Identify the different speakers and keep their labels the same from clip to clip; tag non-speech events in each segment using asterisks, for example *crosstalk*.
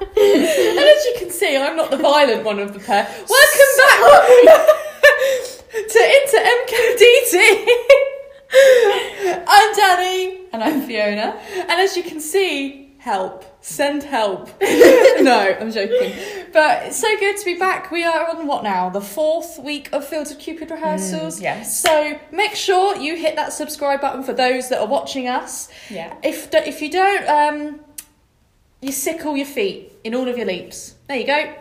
Speaker 1: and as you can see, I'm not the violent one of the pair. Welcome back *laughs* to Inter MKDT. *laughs* I'm Danny,
Speaker 2: And I'm Fiona.
Speaker 1: and as you can see, help. Send
Speaker 2: *laughs*
Speaker 1: help. *laughs* no, I'm joking. But it's so good to be back. We are on what now? The fourth week of Fields of Cupid rehearsals.
Speaker 2: Mm, yes.
Speaker 1: So make sure you hit that subscribe button for those that are watching us.
Speaker 2: Yeah.
Speaker 1: If do- if you don't, um, you sickle your feet in all of your leaps. There you go.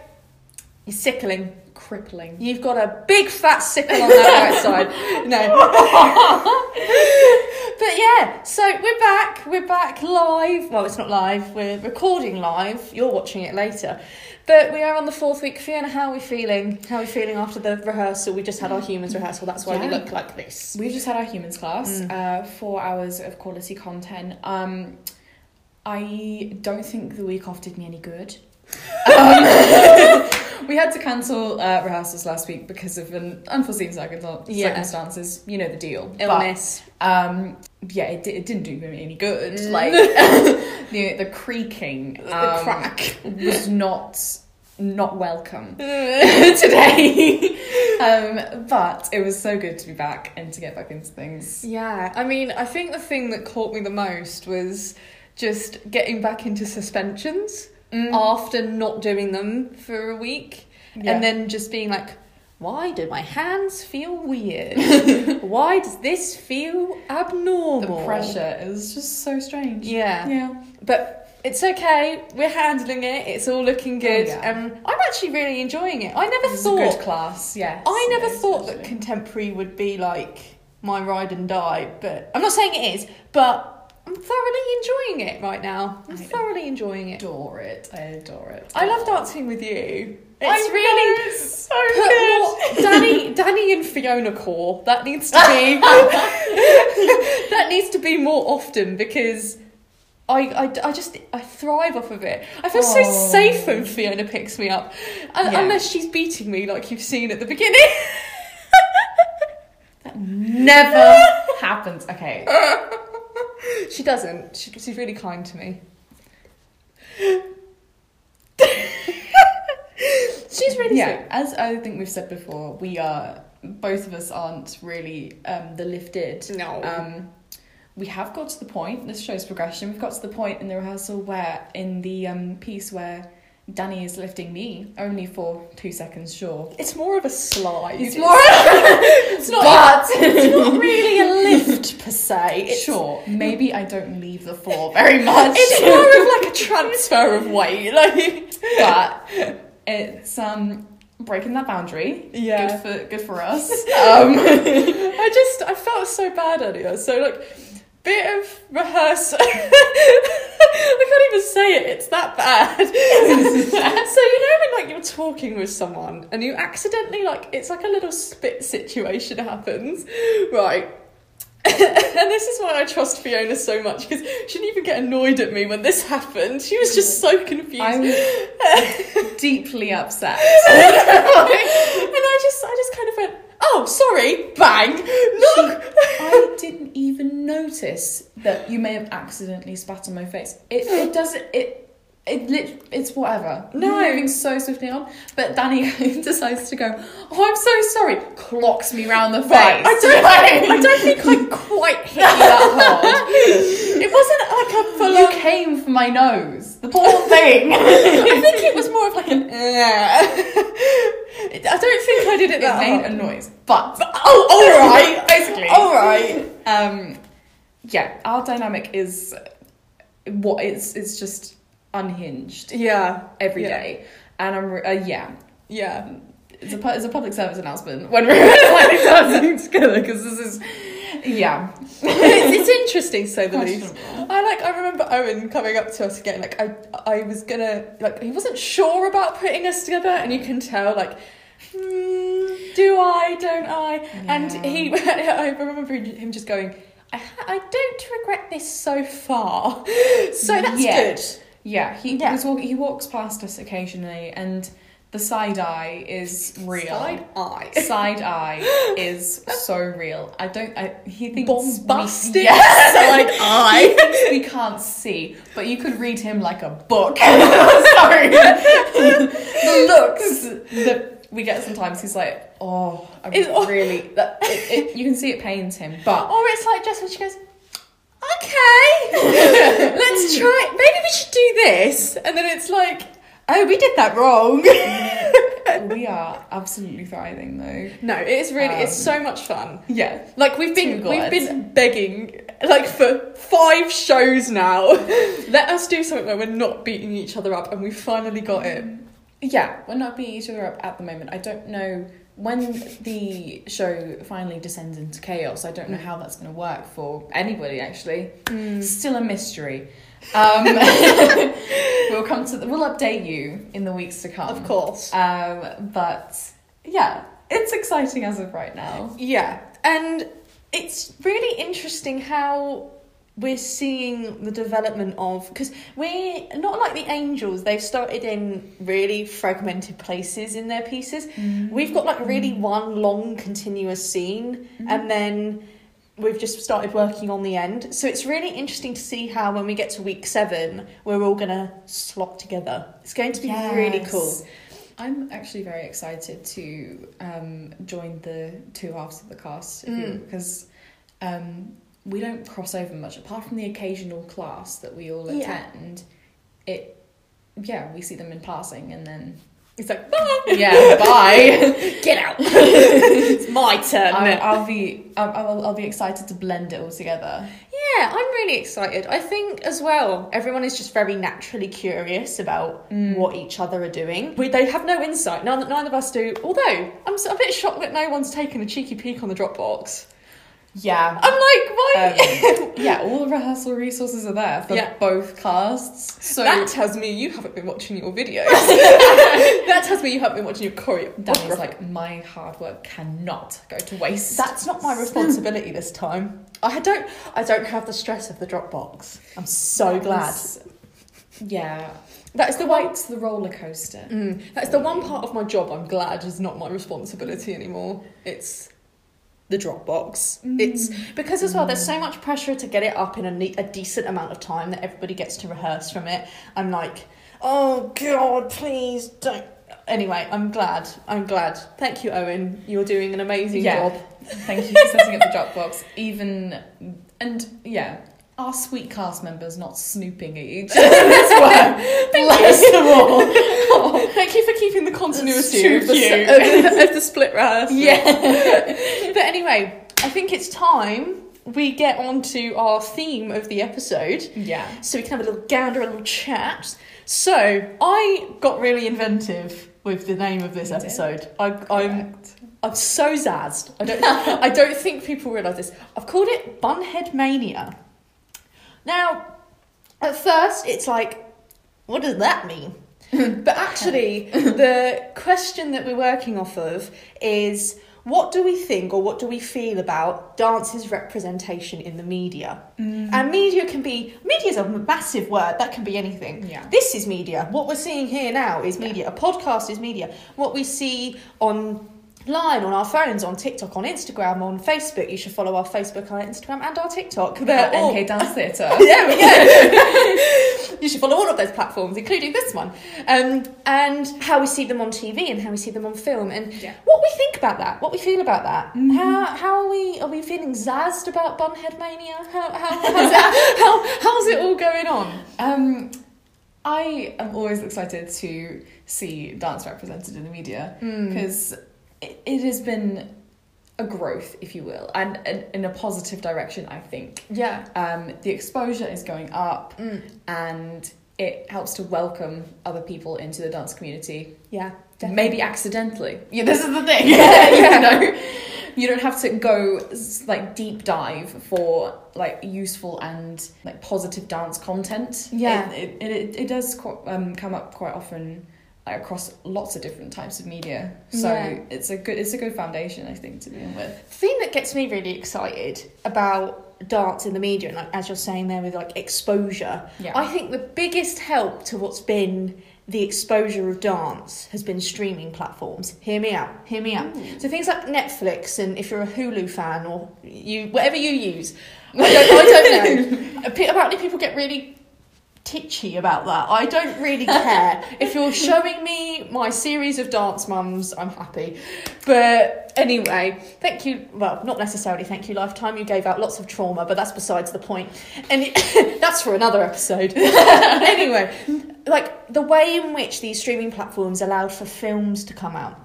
Speaker 1: You're sickling.
Speaker 2: Crippling.
Speaker 1: You've got a big fat sickle
Speaker 2: *laughs*
Speaker 1: on that right side. No. *laughs* but yeah, so we're back. We're back live. Well, it's not live. We're recording live. You're watching it later. But we are on the fourth week. Fiona, how are we feeling? How are we feeling after the rehearsal? We just had our humans rehearsal. That's why we
Speaker 2: Yeah.
Speaker 1: look like this.
Speaker 2: We've just had our humans class,
Speaker 1: Mm.
Speaker 2: uh, four hours of quality content. Um, I don't think the week off did me any good. Um, *laughs* we had to cancel uh, rehearsals last week because of an unforeseen circum-
Speaker 1: Yeah.
Speaker 2: circumstances. You know the deal. But
Speaker 1: Illness.
Speaker 2: um yeah it, di- it didn't do me any good
Speaker 1: Mm.
Speaker 2: like *laughs* the the creaking
Speaker 1: the
Speaker 2: um,
Speaker 1: crack.
Speaker 2: was not not welcome *laughs* today um but it was so good to be back and to get back into things
Speaker 1: Yeah, I mean, I think the thing that caught me the most was just getting back into suspensions
Speaker 2: Mm. Oh,
Speaker 1: after not doing them for a week
Speaker 2: Mm-hmm. Yeah.
Speaker 1: and then just being like, why do my hands feel
Speaker 2: *laughs*
Speaker 1: weird? why does this feel
Speaker 2: the
Speaker 1: abnormal?
Speaker 2: pressure is just so strange
Speaker 1: Yeah.
Speaker 2: yeah
Speaker 1: But it's okay, we're handling it, it's all looking good.
Speaker 2: Oh, yeah.
Speaker 1: Um, I'm actually really enjoying it. I never
Speaker 2: It was a
Speaker 1: thought
Speaker 2: good class yeah
Speaker 1: I never thought that contemporary would be like my ride and die, but I'm not saying it is, but I'm thoroughly enjoying it right now. I'm
Speaker 2: I
Speaker 1: thoroughly enjoying it.
Speaker 2: adore it i adore it
Speaker 1: I love dancing with you. It's
Speaker 2: I know,
Speaker 1: really
Speaker 2: it's so
Speaker 1: put
Speaker 2: good
Speaker 1: more- Danny Danny and Fiona core. That needs to
Speaker 2: *laughs*
Speaker 1: be *laughs* that needs to be more often because I, I, I just I thrive off of it. I feel so
Speaker 2: Oh.
Speaker 1: safe when Fiona picks me up, Un-
Speaker 2: Yeah.
Speaker 1: unless she's beating me like you've seen at the beginning. *laughs*
Speaker 2: *laughs* never happens okay
Speaker 1: She doesn't. She, she's really kind to me. she's really
Speaker 2: yeah as i think we've said before we are both of us aren't really um the lifted
Speaker 1: sweet. No.
Speaker 2: um we have got to the point this shows progression we've got to the point in the rehearsal where in the um piece where danny is lifting me only for two seconds sure
Speaker 1: it's more of a slide.
Speaker 2: It's *laughs* more-
Speaker 1: it's not.
Speaker 2: *laughs*
Speaker 1: it's not really a lift per se. It's,
Speaker 2: sure maybe i don't leave the *laughs* floor very much
Speaker 1: It's more of
Speaker 2: *laughs*
Speaker 1: like a transfer of weight. Like.
Speaker 2: but it's um breaking that boundary
Speaker 1: Yeah.
Speaker 2: good for good for us *laughs*
Speaker 1: Um, I just I felt so bad earlier. So like, bit of rehearsal. *laughs* I can't even say it. It's that bad. *laughs* so you know when like you're talking with someone and you accidentally like it's like a little spit situation happens, right? *laughs* and this is why I trust Fiona so much because she didn't even get annoyed at me when this happened. She was just so confused. *laughs*
Speaker 2: i'm deeply upset
Speaker 1: and I just I just kind of went, oh sorry, bang, look.
Speaker 2: I didn't even notice that you may have accidentally spat on my face.
Speaker 1: *gasps*
Speaker 2: It, it doesn't. It it lit, it's whatever.
Speaker 1: No.
Speaker 2: You're moving so swiftly on, but Danny *laughs* decides to go. Oh, I'm so sorry. Clocks me round the face.
Speaker 1: Right, I
Speaker 2: *laughs*
Speaker 1: don't, I don't *laughs* think I quite hit you that
Speaker 2: *laughs*
Speaker 1: hard. It wasn't like a full
Speaker 2: you came for my nose. The poor *laughs* thing.
Speaker 1: I think it *laughs* was more of like
Speaker 2: uh,
Speaker 1: an. *laughs* I don't think I did it
Speaker 2: it
Speaker 1: that
Speaker 2: made a
Speaker 1: hard.
Speaker 2: noise, but
Speaker 1: *laughs* Oh,
Speaker 2: *laughs*
Speaker 1: all right.
Speaker 2: basically.
Speaker 1: All right.
Speaker 2: Um, yeah, our dynamic is what it's. It's just unhinged
Speaker 1: Yeah.
Speaker 2: every day,
Speaker 1: Yeah.
Speaker 2: and I'm re- uh, yeah. um,
Speaker 1: Yeah.
Speaker 2: It's a, pu- it's a public service announcement when we're *laughs* rehearsing together because this is yeah
Speaker 1: *laughs* it's, it's interesting, to say the least.
Speaker 2: Questionable.
Speaker 1: I like. I remember Owen coming up to us again. Like I, I was gonna like he wasn't sure about putting us together, and you can tell like. "Hmm, do I? Don't I? And
Speaker 2: Yeah.
Speaker 1: he, *laughs* I remember him just going, I, ha- I don't regret this so far. *laughs* So that's
Speaker 2: Yeah.
Speaker 1: good.
Speaker 2: yeah he
Speaker 1: Yeah.
Speaker 2: he's walk- he walks past us occasionally and The side eye is real.
Speaker 1: Side eye.
Speaker 2: Side eye is so real. I don't. I, he thinks
Speaker 1: Bombastic
Speaker 2: We,
Speaker 1: *laughs*
Speaker 2: yes,
Speaker 1: side
Speaker 2: he
Speaker 1: eye.
Speaker 2: thinks we can't see, but you could read him like a book. *laughs* Sorry, the looks that we get sometimes. He's like, oh, I
Speaker 1: It's- oh. *laughs*
Speaker 2: really. That, it, it, you can see it pains him, but
Speaker 1: Or it's like Jess when she goes, okay, *laughs* let's try. Maybe we should do this. And then it's like, oh, we did that wrong. *laughs*
Speaker 2: we are absolutely thriving though.
Speaker 1: no, it is really, it's
Speaker 2: Um,
Speaker 1: so much fun.
Speaker 2: Yeah,
Speaker 1: Like we've been
Speaker 2: Too
Speaker 1: we've
Speaker 2: good.
Speaker 1: been begging like for five shows now. *laughs* Let us do something where we're not beating each other up, and we finally got it.
Speaker 2: yeah, we're not beating each other up at the moment. I don't know when the show finally descends into chaos. I don't know how that's going to work for anybody. Actually, still a mystery. Um, *laughs* we'll come to the, we'll update you in the weeks to come.
Speaker 1: Of course.
Speaker 2: Um, but yeah, it's exciting as of right now.
Speaker 1: Yeah, and it's really interesting how we're seeing the development of because we're not like the angels they've started in really fragmented places in their pieces we've got like really one long continuous scene
Speaker 2: um,
Speaker 1: and then we've just started working on the end so it's really interesting to see how when we get to week seven we're all gonna slot together it's going to be really cool
Speaker 2: Yes. I'm actually very excited to um, join the two halves of the cast if you-
Speaker 1: Mm.
Speaker 2: because um, we don't cross over much apart from the occasional class that we all
Speaker 1: Yeah.
Speaker 2: attend. It, yeah, we see them in passing and then
Speaker 1: it's like *laughs* bye
Speaker 2: yeah, *laughs* bye.
Speaker 1: get out *laughs* it's my turn
Speaker 2: I, *laughs* I'll be I'll, I'll, I'll be excited to blend it all together.
Speaker 1: Yeah, I'm really excited. I think as well, everyone is just very naturally curious about
Speaker 2: Mm.
Speaker 1: what each other are doing. We, they have no insight. None, none of us do. Although I'm s- a bit shocked that no one's taken a cheeky peek on the Dropbox.
Speaker 2: Yeah.
Speaker 1: I'm like, why? *laughs*
Speaker 2: Um, yeah, all the rehearsal resources are there for
Speaker 1: Yeah.
Speaker 2: both casts. So
Speaker 1: that tells me you haven't been watching your videos. *laughs* that tells me you haven't been watching your choreo.
Speaker 2: Danny's like, my hard work cannot go to waste.
Speaker 1: That's not my responsibility this time. I don't. I don't have the stress of the Dropbox. I'm so glad.
Speaker 2: yeah.
Speaker 1: That is the way.
Speaker 2: Quite the roller coaster.
Speaker 1: Mm, that's the one part of my job I'm glad is not my responsibility anymore. It's the Dropbox.
Speaker 2: Mm.
Speaker 1: It's because as well, there's so much pressure to get it up in a neat, a decent amount of time that everybody gets to rehearse from it. I'm like, oh god, please don't. Anyway, I'm glad. I'm glad. Thank you, Owen. You're doing an amazing
Speaker 2: Yeah.
Speaker 1: job.
Speaker 2: *laughs* Thank you for setting up the Dropbox. Even and yeah, our sweet cast members not snooping at each *laughs* other's work. Bless them all. *laughs*
Speaker 1: Thank you for keeping the continuity
Speaker 2: too
Speaker 1: of the, *laughs*
Speaker 2: cute.
Speaker 1: of
Speaker 2: *laughs*
Speaker 1: the- of the split rehearsal.
Speaker 2: Yeah.
Speaker 1: *laughs* But anyway, I think it's time we get on to our theme of the episode.
Speaker 2: Yeah.
Speaker 1: so we can have a little gander, a little chat. So I got really inventive with the name of this
Speaker 2: You did?
Speaker 1: episode. I, I'm
Speaker 2: Correct.
Speaker 1: I'm so zazzed. I don't I don't think people realise this. I've called it Bunhead Mania. Now, at first, it's like, what does that mean? *laughs* but actually, the question that we're working off of is. What do we think or what do we feel about dance's representation in the media? And media can be, media is a massive word, that can be anything.
Speaker 2: Yeah.
Speaker 1: This is media. What we're seeing here now is media. A podcast is media. What we see online, on our phones, on TikTok, on Instagram, on Facebook. You should follow our Facebook, our Instagram, and our TikTok. They're
Speaker 2: At
Speaker 1: all
Speaker 2: NK *laughs* Dance Theatre.
Speaker 1: *laughs* there we go. *laughs* you should follow all of those platforms, including this one. Um, and how we see them on TV and how we see them on film and
Speaker 2: Yeah.
Speaker 1: what we think about that, what we feel about that. How, how are we are we feeling zazzed about Bunhead Mania? How, how, how's, *laughs* it, how, how's it all going on?
Speaker 2: Um, I am always excited to see dance represented in the media
Speaker 1: Mm.
Speaker 2: because it, it has been a growth, if you will, and, and in a positive direction, I think.
Speaker 1: Yeah. mm,
Speaker 2: Um, the exposure is going up and it helps to welcome other people into the dance community,
Speaker 1: Yeah.
Speaker 2: maybe accidentally. Yeah, this is the thing. *laughs* you know, you don't have to go s- like deep dive for like useful and like positive dance content.
Speaker 1: Yeah.
Speaker 2: it it, it, it does qu- um, come up quite often. Like across lots of different types of media, so
Speaker 1: Yeah.
Speaker 2: it's a good it's a good foundation, I think, to begin with.
Speaker 1: The thing that gets me really excited about dance in the media, and like as you're saying there with like exposure,
Speaker 2: Yeah.
Speaker 1: I think the biggest help to what's been the exposure of dance has been streaming platforms. Hear me out. Hear me out. So things like Netflix, and if you're a Hulu fan or you, whatever you use, I don't, I don't know. Pe- Apparently, people get really titchy about that. I don't really care if you're showing me my series of dance mums. I'm happy, but anyway, thank you. Well, not necessarily. Thank you, Lifetime. You gave out lots of trauma, but that's besides the point. And *laughs* that's for another episode. *laughs* anyway, like the way in which these streaming platforms allowed for films to come out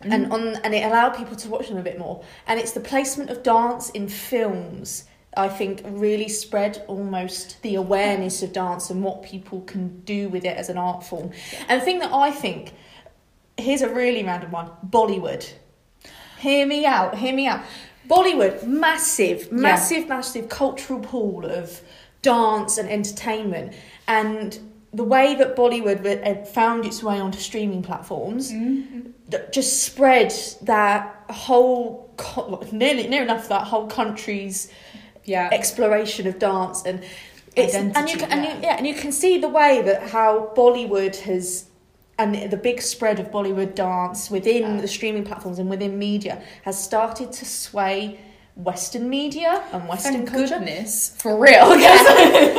Speaker 1: and on and it allowed people to watch them a bit more. And it's the placement of dance in films. I think really spread almost the awareness of dance and what people can do with it as an art form. And the thing that I think here's a really random one Bollywood. Hear me out, hear me out. Bollywood, massive, massive, massive cultural pool of dance and entertainment. And the way that Bollywood w- uh, found its way onto streaming platforms
Speaker 2: Mm-hmm.
Speaker 1: that just spread that whole, co- well, nearly, near enough that whole country's
Speaker 2: Yeah.
Speaker 1: exploration of dance and it's, and you
Speaker 2: Identity,
Speaker 1: can, and you,
Speaker 2: yeah.
Speaker 1: yeah, and you can see the way that how Bollywood has and the big spread of Bollywood dance within
Speaker 2: Yeah.
Speaker 1: the streaming platforms and within media has started to sway Western media and Western
Speaker 2: Thank
Speaker 1: culture.
Speaker 2: goodness. For real. *laughs*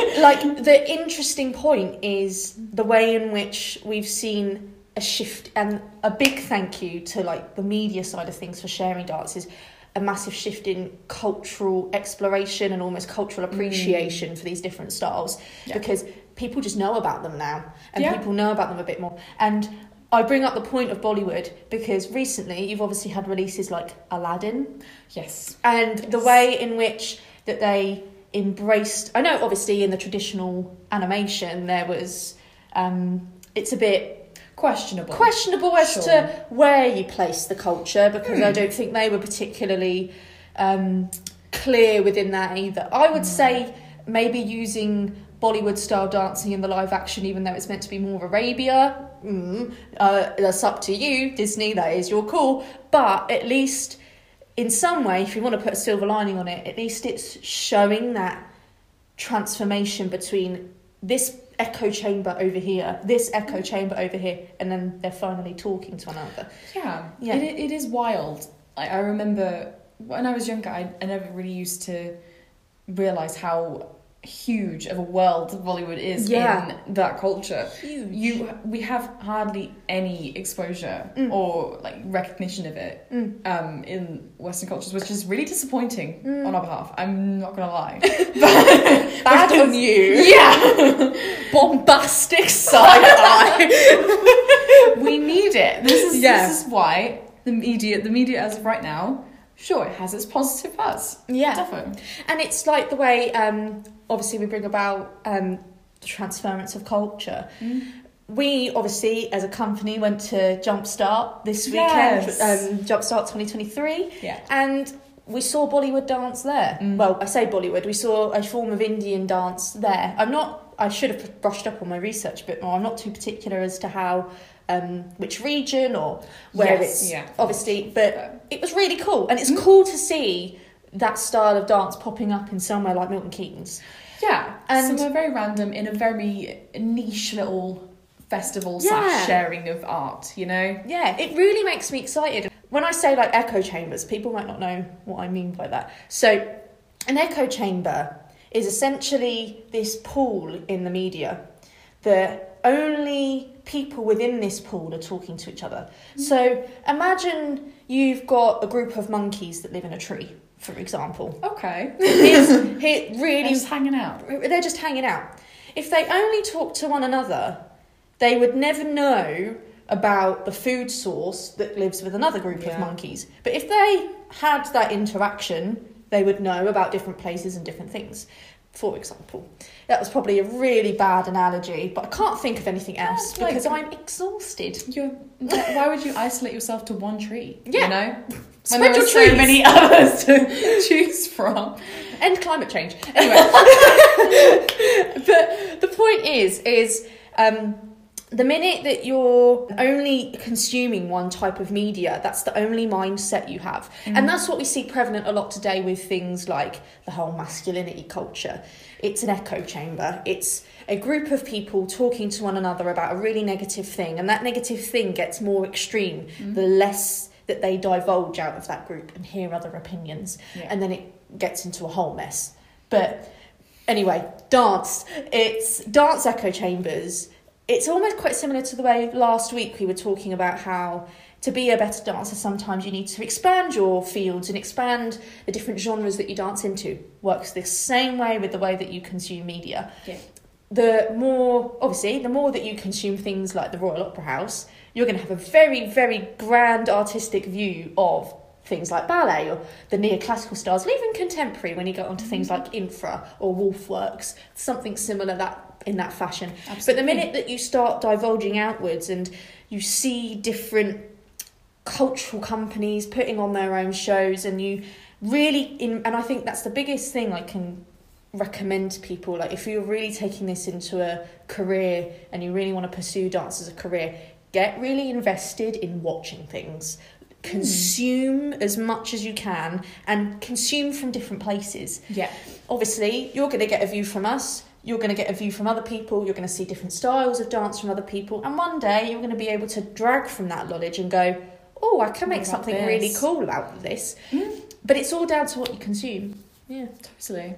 Speaker 1: *laughs* Like the interesting point is the way in which we've seen a shift and a big thank you to like the media side of things for sharing dance is a massive shift in cultural exploration and almost cultural appreciation for these different styles
Speaker 2: Mm. Yeah.
Speaker 1: because people just know about them now and
Speaker 2: Yeah.
Speaker 1: people know about them a bit more and I bring up the point of Bollywood because recently you've obviously had releases like Aladdin
Speaker 2: yes.
Speaker 1: and the way in which that they embraced i know obviously in the traditional animation there was um, it's a bit
Speaker 2: Questionable.
Speaker 1: questionable as
Speaker 2: Sure. Hmm.
Speaker 1: to where you place the culture because i don't think they were particularly um, clear within that either i
Speaker 2: Mm.
Speaker 1: would say maybe using bollywood style dancing in the live action even though it's meant to be more arabia mm, uh, that's up to you disney that is your call but at least in some way, if you want to put a silver lining on it, at least it's showing that transformation between this echo chamber over here, this echo
Speaker 2: Mm.
Speaker 1: chamber over here, and then they're finally talking to another.
Speaker 2: Yeah,
Speaker 1: Yeah.
Speaker 2: It, it is wild. I, I remember when I was younger, I, I never really used to realize how huge of a world Bollywood is
Speaker 1: Yeah.
Speaker 2: in that culture. Huge. You, we have hardly any exposure
Speaker 1: Mm.
Speaker 2: or like recognition of it
Speaker 1: Mm.
Speaker 2: um, in Western cultures, which is really disappointing
Speaker 1: Mm.
Speaker 2: on our behalf. I'm not gonna lie.
Speaker 1: *laughs* Bad on you.
Speaker 2: *laughs* yeah,
Speaker 1: Bombastic side eye.
Speaker 2: we need it. This is
Speaker 1: Yeah.
Speaker 2: this is why the media, the media as of right now, sure, it has its positive parts.
Speaker 1: *laughs* yeah.
Speaker 2: Defo.
Speaker 1: And it's like the way, um, obviously, we bring about um, the transference of culture.
Speaker 2: Mm.
Speaker 1: We obviously, as a company, went to Jumpstart this weekend,
Speaker 2: Yes.
Speaker 1: um, Jumpstart 2023,
Speaker 2: Yeah.
Speaker 1: and we saw Bollywood dance there.
Speaker 2: Mm.
Speaker 1: Well, I say Bollywood, we saw a form of Indian dance there. I'm not, I should have brushed up on my research a bit more. I'm not too particular as to how, um, which region or where
Speaker 2: Yes,
Speaker 1: it's
Speaker 2: yeah. Mm.
Speaker 1: obviously, but it was really cool, and it's cool to see that style of dance popping up in somewhere like Milton Keynes.
Speaker 2: Yeah,
Speaker 1: And-
Speaker 2: and somewhere very random in a very niche little festival
Speaker 1: Yeah.
Speaker 2: slash sharing of art. You know,
Speaker 1: Yeah, it really makes me excited. When I say like echo chambers, people might not know what I mean by that. So, an echo chamber is essentially this pool in the media that only people within this pool are talking to each other. So, imagine you've got a group of monkeys that live in a tree, for
Speaker 2: *laughs*
Speaker 1: example.
Speaker 2: okay,
Speaker 1: Here's, here, really
Speaker 2: and just hanging out.
Speaker 1: they're just hanging out. If they only talked to one another, they would never know about the food source that lives with another group of
Speaker 2: Yeah.
Speaker 1: monkeys. But if they had that interaction, they would know about different places and different things. For example, that was probably a really bad analogy, but I can't think of anything else
Speaker 2: like-
Speaker 1: because I'm exhausted.
Speaker 2: You're, why would you isolate yourself to one tree?
Speaker 1: Yeah.
Speaker 2: you know,
Speaker 1: Spread
Speaker 2: there
Speaker 1: your
Speaker 2: are so
Speaker 1: trees.
Speaker 2: many *laughs* others to choose from.
Speaker 1: End climate change.
Speaker 2: Anyway,
Speaker 1: *laughs* but the point is, is um, the minute that you're only consuming one type of media, that's the only mindset you have. And that's what we see prevalent a lot today with things like the whole masculinity culture. It's an echo chamber, it's a group of people talking to one another about a really negative thing, and that negative thing gets more extreme the less that they divulge out of that group and hear other opinions.
Speaker 2: Yeah.
Speaker 1: And then it gets into a whole mess. But anyway, dance. It's dance echo chambers. It's almost quite similar to the way last week we were talking about how to be a better dancer, sometimes you need to expand your fields and expand the different genres that you dance into. Works the same way with the way that you consume media.
Speaker 2: *laughs* Yeah.
Speaker 1: The more, obviously, the more that you consume things like the Royal Opera House, you're going to have a very, very grand artistic view of things like ballet or the neoclassical styles, and even contemporary when you get onto things like infra or wolf works, something similar that in that fashion. But the minute that you start divulging outwards and you see different cultural companies putting on their own shows and you really in and I think that's the biggest thing I can recommend to people like if you're really taking this into a career and you really want to pursue dance as a career get really invested in watching things consume as much as you can and consume from different places
Speaker 2: Yeah.
Speaker 1: obviously you're going to get a view from us you're going to get a view from other people you're going to see different styles of dance from other people and one day you're going to be able to drag from that knowledge and go oh i can
Speaker 2: What
Speaker 1: make
Speaker 2: about
Speaker 1: something really
Speaker 2: this?"
Speaker 1: cool out of this but it's all down to what you consume
Speaker 2: Mm? Yeah, totally.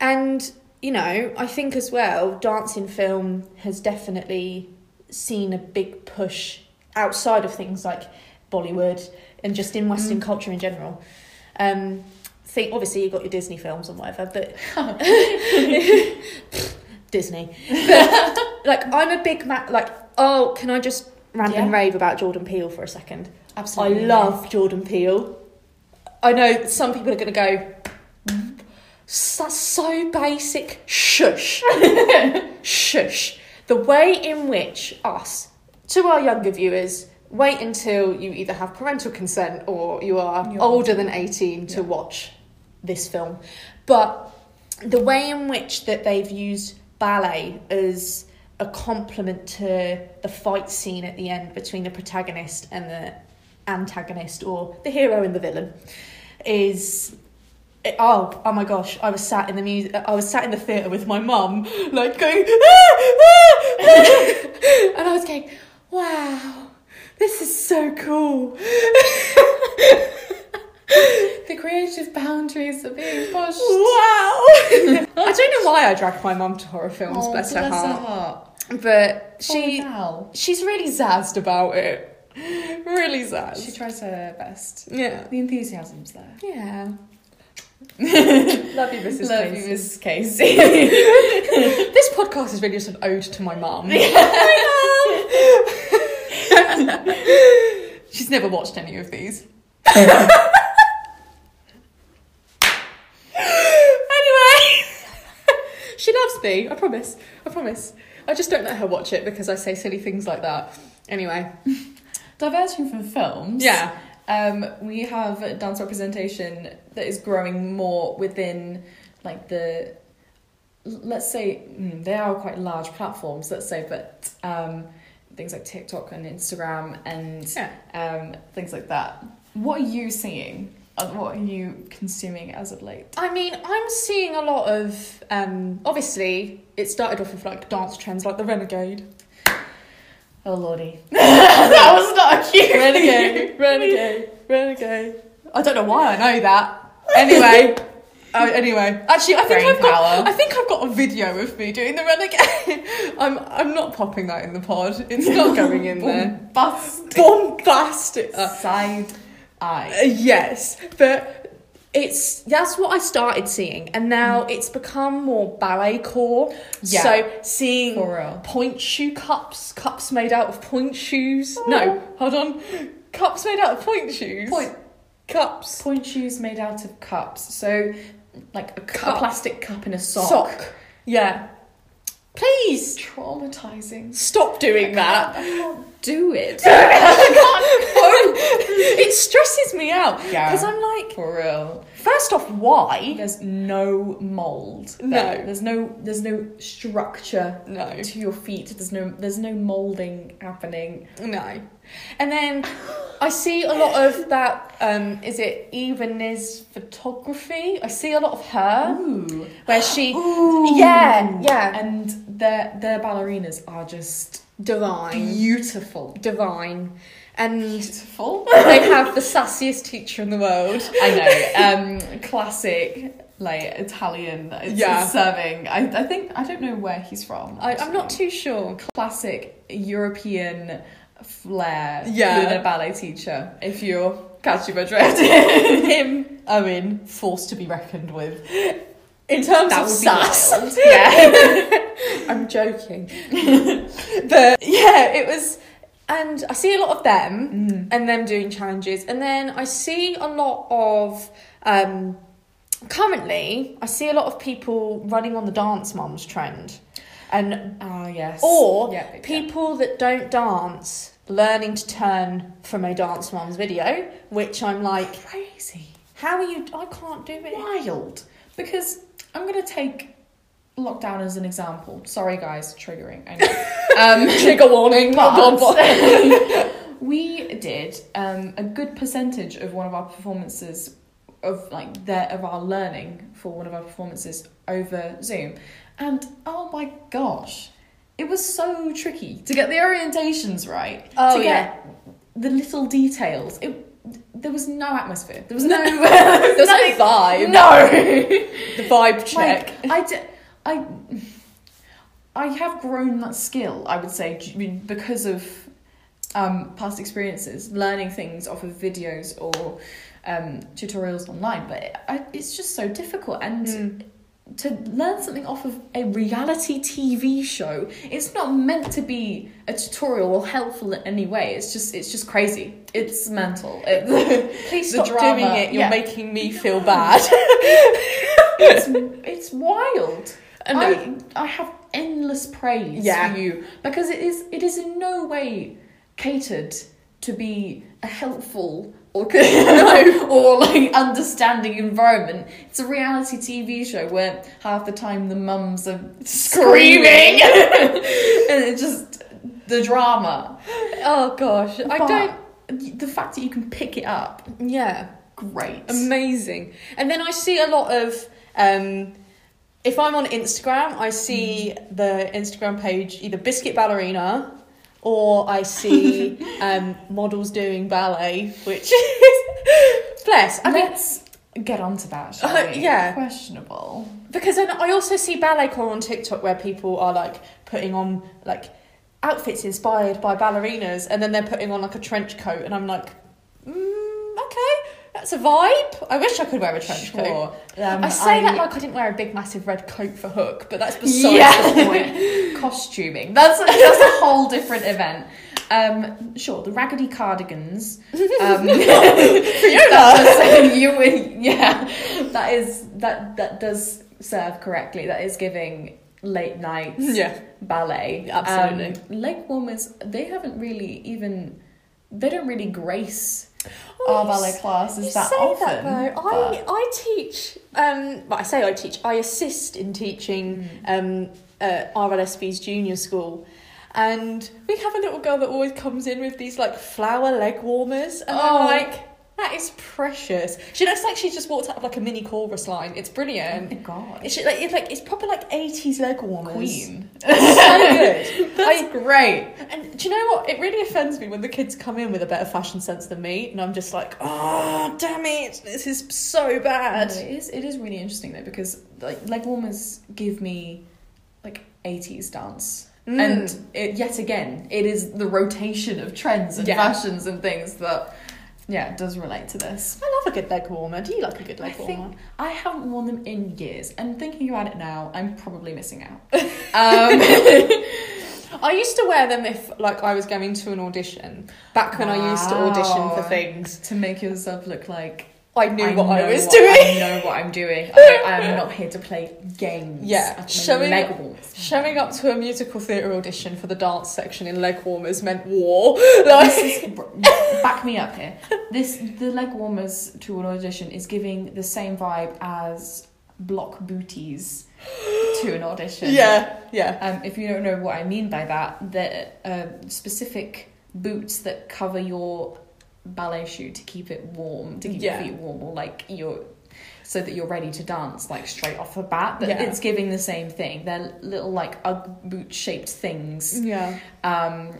Speaker 1: and you know i think as well dance in film has definitely seen a big push outside of things like bollywood and just in western culture in general um think obviously you've got your disney films and whatever but *laughs* Disney. But, like I'm a big ma- like oh, can I just rant and
Speaker 2: Yeah.
Speaker 1: rave about Jordan Peele for a second?
Speaker 2: Absolutely.
Speaker 1: I love Jordan Peele. I know some people are going to go "S- that's so basic.
Speaker 2: *laughs*
Speaker 1: Shush. Shush. The way in which us to our younger viewers wait until you either have parental consent or you are
Speaker 2: You're
Speaker 1: older than 18 to
Speaker 2: Yeah.
Speaker 1: watch this film. But the way in which that they've used ballet as a complement to the fight scene at the end between the protagonist and the antagonist or the hero and the villain is it- oh oh my gosh i was sat in the music i was sat in the theater with my mum like going *laughs* "Ah, ah, ah," and i was going wow this is so cool
Speaker 2: The creative boundaries are being pushed.
Speaker 1: wow i don't know why i drag my mum to horror films
Speaker 2: Oh,
Speaker 1: bless, her
Speaker 2: bless Oh,
Speaker 1: heart but
Speaker 2: She,
Speaker 1: she she's really zazzed about it really zazzed
Speaker 2: she tries her best.
Speaker 1: yeah
Speaker 2: The enthusiasm's there.
Speaker 1: yeah love you mrs
Speaker 2: Love
Speaker 1: Casey.
Speaker 2: you, Mrs. Casey.
Speaker 1: *laughs*
Speaker 2: *laughs*
Speaker 1: this podcast is really just an ode to my mum
Speaker 2: She's never watched any of these.
Speaker 1: anyway, *laughs* she loves me. I promise. I promise. I just don't let her watch it because I say silly things like that. Anyway,
Speaker 2: Diverting from films.
Speaker 1: yeah,
Speaker 2: Um, we have dance representation that is growing more within, like the, let's say mm, they are quite large platforms. Let's say, but um, things like TikTok and Instagram and
Speaker 1: Yeah.
Speaker 2: um, things like that. What are you seeing? Uh, What are you consuming as of late?
Speaker 1: I mean, I'm seeing a lot of. Um, obviously, it started off with like dance trends, like the Renegade,
Speaker 2: Oh lordy, *laughs* that was not a cute. *laughs*
Speaker 1: Renegade, Renegade, Renegade. I don't know why I know
Speaker 2: *laughs*
Speaker 1: that. Anyway. Oh, anyway, actually, I think
Speaker 2: Brain
Speaker 1: I've got.
Speaker 2: power.
Speaker 1: I think I've got a video of me doing the renegade. *laughs* I'm. I'm not popping that in the pod. It's not
Speaker 2: *laughs*
Speaker 1: going in there.
Speaker 2: Bust
Speaker 1: bombastic. Uh,
Speaker 2: side eye.
Speaker 1: yes, but it's that's what I started seeing, and now it's become more ballet core.
Speaker 2: Mm. Yeah.
Speaker 1: So seeing
Speaker 2: For real.
Speaker 1: point shoe cups, cups made out of point
Speaker 2: Oh.
Speaker 1: shoes. No, hold on, cups made out of point shoes.
Speaker 2: Point-
Speaker 1: cups.
Speaker 2: Point shoes made out of cups. So, like a, cu-
Speaker 1: Cup.
Speaker 2: a plastic cup and a sock.
Speaker 1: Yeah. Please
Speaker 2: Traumatizing.
Speaker 1: stop doing
Speaker 2: *laughs*
Speaker 1: that.
Speaker 2: I can't do *laughs* it.
Speaker 1: *laughs* it stresses me out
Speaker 2: Yeah.
Speaker 1: because I'm like.
Speaker 2: For real.
Speaker 1: First off, why?
Speaker 2: There's no mold.
Speaker 3: No.
Speaker 2: there. There's no there's no structure
Speaker 3: No.
Speaker 2: to your feet. There's no there's no molding happening.
Speaker 1: No. And then I see a lot of that. Um, is it Eveniz photography? I see a lot of her
Speaker 2: Ooh.
Speaker 1: where she,
Speaker 2: *gasps*
Speaker 1: yeah, yeah,
Speaker 2: And their their ballerinas are just
Speaker 1: divine,
Speaker 2: beautiful.
Speaker 1: divine, and
Speaker 2: Beautiful.
Speaker 1: they have the sassiest teacher in the world.
Speaker 2: I know. Um, classic like Italian it's
Speaker 3: Yeah.
Speaker 2: it's serving. I, I think I don't know where he's from.
Speaker 1: I, I'm not
Speaker 2: actually.
Speaker 1: too sure.
Speaker 2: classic European flair.
Speaker 3: Yeah.
Speaker 2: with a ballet teacher. If you're catchy but *laughs* dreaded,
Speaker 3: Him.
Speaker 2: I mean, force to be reckoned with.
Speaker 3: In terms
Speaker 2: That
Speaker 3: of
Speaker 2: would be
Speaker 3: sass.
Speaker 2: wild. Yeah.
Speaker 1: *laughs* I'm joking, *laughs* but yeah, it was. And I see a lot of them.
Speaker 2: Mm.
Speaker 1: and them doing challenges. And then I see a lot of um, currently, I see a lot of people running on the dance moms trend, and
Speaker 2: Oh yes.
Speaker 1: or
Speaker 2: Yeah, yeah.
Speaker 1: people that don't dance learning to turn from a dance moms video, which I'm like,
Speaker 2: crazy,
Speaker 1: how are you? I can't do it.
Speaker 2: wild. Because I'm gonna take lockdown as an example. Sorry guys, triggering. I *laughs* know. Um,
Speaker 3: Trigger warning.
Speaker 2: But-
Speaker 3: But-
Speaker 2: *laughs* we did um, a good percentage of one of our performances of like their of our learning for one of our performances over Zoom, and oh my gosh, it was so tricky to get the orientations right.
Speaker 1: Oh,
Speaker 2: to
Speaker 1: yeah.
Speaker 2: get the little details. It there was no atmosphere. There was no. there *laughs*
Speaker 3: There's no vibe.
Speaker 2: No.
Speaker 3: The vibe check.
Speaker 2: Like, I, d- I, I have grown that skill, I would say, d- I mean, because of um, past experiences, learning things off of videos or um, tutorials online. But it, I, it's just so difficult. And
Speaker 1: Hmm. mm.
Speaker 2: to learn something off of a reality TV show, it's not meant to be a tutorial or helpful in any way. It's just, it's just crazy. It's mental. It, *laughs*
Speaker 1: Please
Speaker 3: the
Speaker 1: stop
Speaker 3: drama,
Speaker 1: doing it.
Speaker 3: You're
Speaker 2: yeah.
Speaker 3: making me feel
Speaker 1: *laughs*
Speaker 3: bad.
Speaker 2: *laughs* it's, it's wild.
Speaker 3: And
Speaker 2: I, I have endless praise
Speaker 3: Yeah.
Speaker 2: for you because it is it is in no way catered to be a helpful or *laughs* or like understanding environment. It's a reality TV show where half the time the mums are screaming, *laughs* and it just the drama.
Speaker 1: Oh gosh, I
Speaker 2: But
Speaker 1: don't.
Speaker 2: The fact that you can pick it up,
Speaker 1: Yeah.
Speaker 2: great. *laughs*
Speaker 1: Amazing. And then I see a lot of um if I'm on Instagram, I see
Speaker 3: Hmm.
Speaker 1: the Instagram page either Biscuit Ballerina or
Speaker 3: *laughs*
Speaker 1: I see um models doing ballet, which *laughs* is bless. I mean
Speaker 2: Let's get onto that. Shall
Speaker 1: Uh,
Speaker 2: we?
Speaker 1: yeah.
Speaker 2: questionable.
Speaker 1: because then I also see ballet core on TikTok where people are like putting on like outfits inspired by ballerinas and then they're putting on like a trench coat and I'm like mm, okay, that's a vibe. I wish I could wear a trench coat.
Speaker 2: Sure. Um,
Speaker 1: I say that
Speaker 2: I-
Speaker 1: like I didn't wear a big, massive red coat for Hook, but that's besides
Speaker 2: besides
Speaker 1: the
Speaker 2: the
Speaker 1: point.
Speaker 2: *laughs* point. Costuming. That's that's a whole different event. Um, sure, the raggedy cardigans. *laughs* Um, that does- um, you would- yeah, that is that that does serve correctly. That is giving late nights
Speaker 3: yeah.
Speaker 2: ballet.
Speaker 3: Absolutely.
Speaker 2: Um, leg warmers. They haven't really even. They don't really grace our
Speaker 1: Oh, you
Speaker 2: ballet
Speaker 1: s-
Speaker 2: classes
Speaker 1: You
Speaker 2: that
Speaker 1: say
Speaker 2: often.
Speaker 1: that though.
Speaker 2: but-
Speaker 1: I I teach. Um, but I say I teach. I assist in teaching
Speaker 2: Hmm.
Speaker 1: um, uh, RLSB's junior school. And we have a little girl that always comes in with these like flower leg warmers, and
Speaker 2: Oh.
Speaker 1: I'm like, that is precious. She looks like she's just walked out of like a mini chorus line. It's
Speaker 2: Oh *laughs*
Speaker 1: brilliant.
Speaker 2: my god,
Speaker 1: It's she- like it's like it's proper like eighties leg warmers.
Speaker 2: Queen.
Speaker 1: so good. I-
Speaker 2: *laughs* That's great.
Speaker 1: And do you know what? It really offends me when the kids come in with a better fashion sense than me, and I'm just like, oh, damn it, this is so bad.
Speaker 2: No, it is. It is really interesting though because like leg warmers give me like eighties dance,
Speaker 3: Hmm.
Speaker 1: Mm.
Speaker 2: and it, yet again, it is the rotation of trends and
Speaker 3: Yeah.
Speaker 2: fashions and things that yeah it does relate to this.
Speaker 1: I love a good leg warmer. Do you like a good
Speaker 2: I
Speaker 1: leg warmer?
Speaker 2: think I haven't worn them in years, and thinking about it now, I'm probably missing out.
Speaker 3: *laughs*
Speaker 2: Um,
Speaker 1: I used to wear them if, like, I was going to an audition. Back when I used to audition
Speaker 2: Wow.
Speaker 1: for things.
Speaker 2: to make yourself look like
Speaker 3: I knew what I
Speaker 2: know
Speaker 3: was
Speaker 2: what-
Speaker 1: *laughs*
Speaker 3: doing.
Speaker 2: I know what I'm doing. I, I am not here to play
Speaker 3: *laughs*
Speaker 2: games.
Speaker 3: Yeah,
Speaker 2: I'm
Speaker 3: showing-
Speaker 2: leg warmers.
Speaker 3: Showing up to a musical theatre audition for the dance section in leg warmers meant
Speaker 1: *laughs*
Speaker 3: war. Like,
Speaker 2: This is- back me up here. This the leg warmers to an audition is giving the same vibe as block booties to an audition.
Speaker 3: *gasps* yeah, yeah.
Speaker 2: Um, if you don't know what I mean by that, the uh, specific boots that cover your ballet shoe to keep it warm, to keep
Speaker 3: Yeah.
Speaker 2: your feet warm, or like your so that you're ready to dance like straight off the bat. That
Speaker 3: Yeah.
Speaker 2: it's giving the same thing. They're little like UGG boot shaped things,
Speaker 3: Yeah.
Speaker 2: um,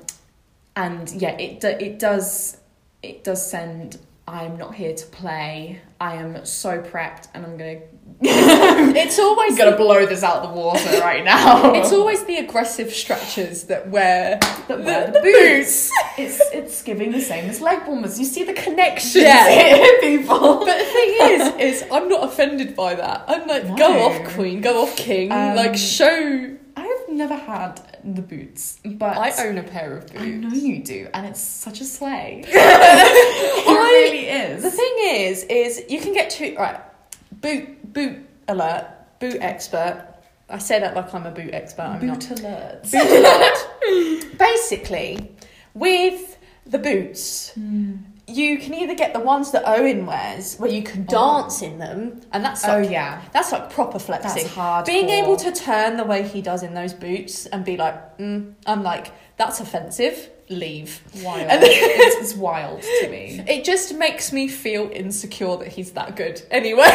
Speaker 2: and yeah, it do, it does it does send. I'm not here to play. I am so prepped, and I'm gonna *laughs*
Speaker 3: It's always
Speaker 2: gonna blow this out the water right *laughs* now.
Speaker 3: it's always the aggressive stretchers that wear
Speaker 2: That *laughs*
Speaker 3: the,
Speaker 2: wear
Speaker 3: the boots.
Speaker 2: It's it's giving the same as leg warmers. You see the connection
Speaker 3: Yeah.
Speaker 2: *laughs* here, people.
Speaker 3: But the thing
Speaker 2: *laughs*
Speaker 3: is, is I'm not offended by that. I'm like,
Speaker 2: No.
Speaker 3: go off queen, go off king.
Speaker 2: Um,
Speaker 3: like, show.
Speaker 2: I've never had the boots, but
Speaker 3: I own a pair of
Speaker 2: I
Speaker 3: boots.
Speaker 2: know you do, and it's such a slay. *laughs* it really
Speaker 3: The
Speaker 2: is.
Speaker 3: thing is, is you can get two right. Boot, boot alert, boot expert. I say that like I'm a boot expert. I'm
Speaker 2: Boot
Speaker 3: not.
Speaker 2: alerts.
Speaker 3: Boot alert. *laughs* Basically, with the boots,
Speaker 2: Hmm.
Speaker 1: You can either get the ones that Owen wears, where you can dance in them, and that's
Speaker 2: Oh
Speaker 1: like,
Speaker 2: yeah,
Speaker 1: that's like proper flexing.
Speaker 2: that's hard.
Speaker 1: Being able to turn the way he does in those boots and be like, mm, I'm like, that's offensive. Leave.
Speaker 2: wild,
Speaker 1: *laughs*
Speaker 2: it's, it's wild to me.
Speaker 3: it just makes me feel insecure that he's that good.
Speaker 1: *laughs*
Speaker 3: Anyway.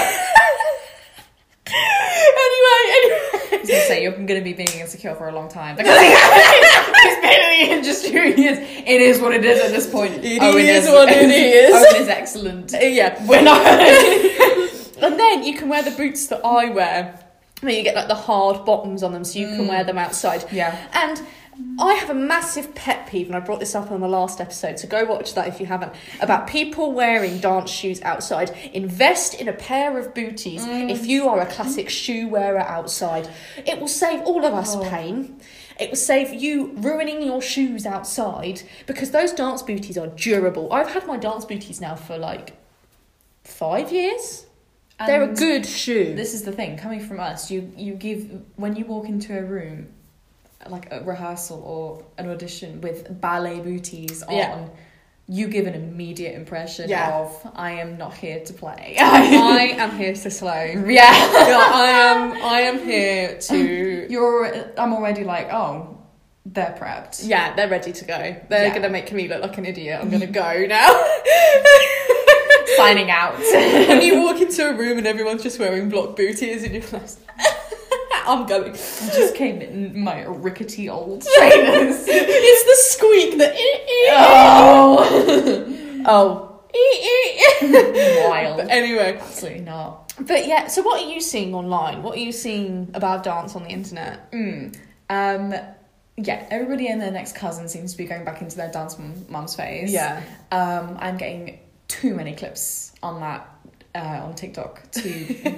Speaker 3: anyway,
Speaker 2: I
Speaker 3: anyway.
Speaker 2: was gonna say you're gonna be being insecure for a long time *laughs*
Speaker 1: *laughs*
Speaker 2: because he's barely in just who *laughs* he is. It is what it is at this point. Oh,
Speaker 3: It is what
Speaker 2: *laughs*
Speaker 3: it is.
Speaker 2: Owen is excellent.
Speaker 3: Yeah,
Speaker 1: *laughs*
Speaker 2: We're not.
Speaker 3: and then you can wear the boots that I wear.
Speaker 1: Where you get like the hard bottoms on them, so you can
Speaker 2: Mm.
Speaker 1: wear them outside.
Speaker 2: yeah.
Speaker 1: And I have a massive pet peeve, and I brought this up on the last episode, so go watch that if you haven't, about people wearing dance shoes outside. Invest in a pair of booties
Speaker 3: Mm.
Speaker 1: if you are a classic shoe wearer outside. It will save all of us
Speaker 2: Oh.
Speaker 1: pain. It will save you ruining your shoes outside because those dance booties are durable. I've had my dance booties now for like five years. They're a
Speaker 2: And-
Speaker 1: good shoe.
Speaker 2: This is the thing coming from us. You you give when you walk into a room, like a rehearsal or an audition with ballet booties on.
Speaker 3: Yeah.
Speaker 2: You give an immediate impression
Speaker 3: Yeah.
Speaker 2: of I am not here to play. *laughs*
Speaker 1: *laughs*
Speaker 3: I am here to slay.
Speaker 2: yeah,
Speaker 3: Yeah, *laughs* I am. I am here to.
Speaker 2: you're. I'm already like, oh, they're prepped.
Speaker 3: Yeah, they're ready to go. They're
Speaker 2: Yeah.
Speaker 3: gonna make me look like an idiot. I'm
Speaker 1: *laughs*
Speaker 3: gonna go now.
Speaker 2: Signing out. *laughs*
Speaker 3: when you walk into a room and everyone's just wearing block booties and you're like, *laughs* I'm going.
Speaker 2: I just came in my rickety old
Speaker 1: *laughs*
Speaker 2: trainers.
Speaker 3: It's the squeak that.
Speaker 2: oh, *laughs*
Speaker 1: oh.
Speaker 2: wild.
Speaker 3: But anyway,
Speaker 2: Absolutely not.
Speaker 1: But yeah, so what are you seeing online? What are you seeing about dance on the internet?
Speaker 2: Mm. Um. Yeah, everybody and their next cousin seems to be going back into their dance mum- mum's phase.
Speaker 3: yeah,
Speaker 2: Um, I'm getting too many clips on that uh, on TikTok to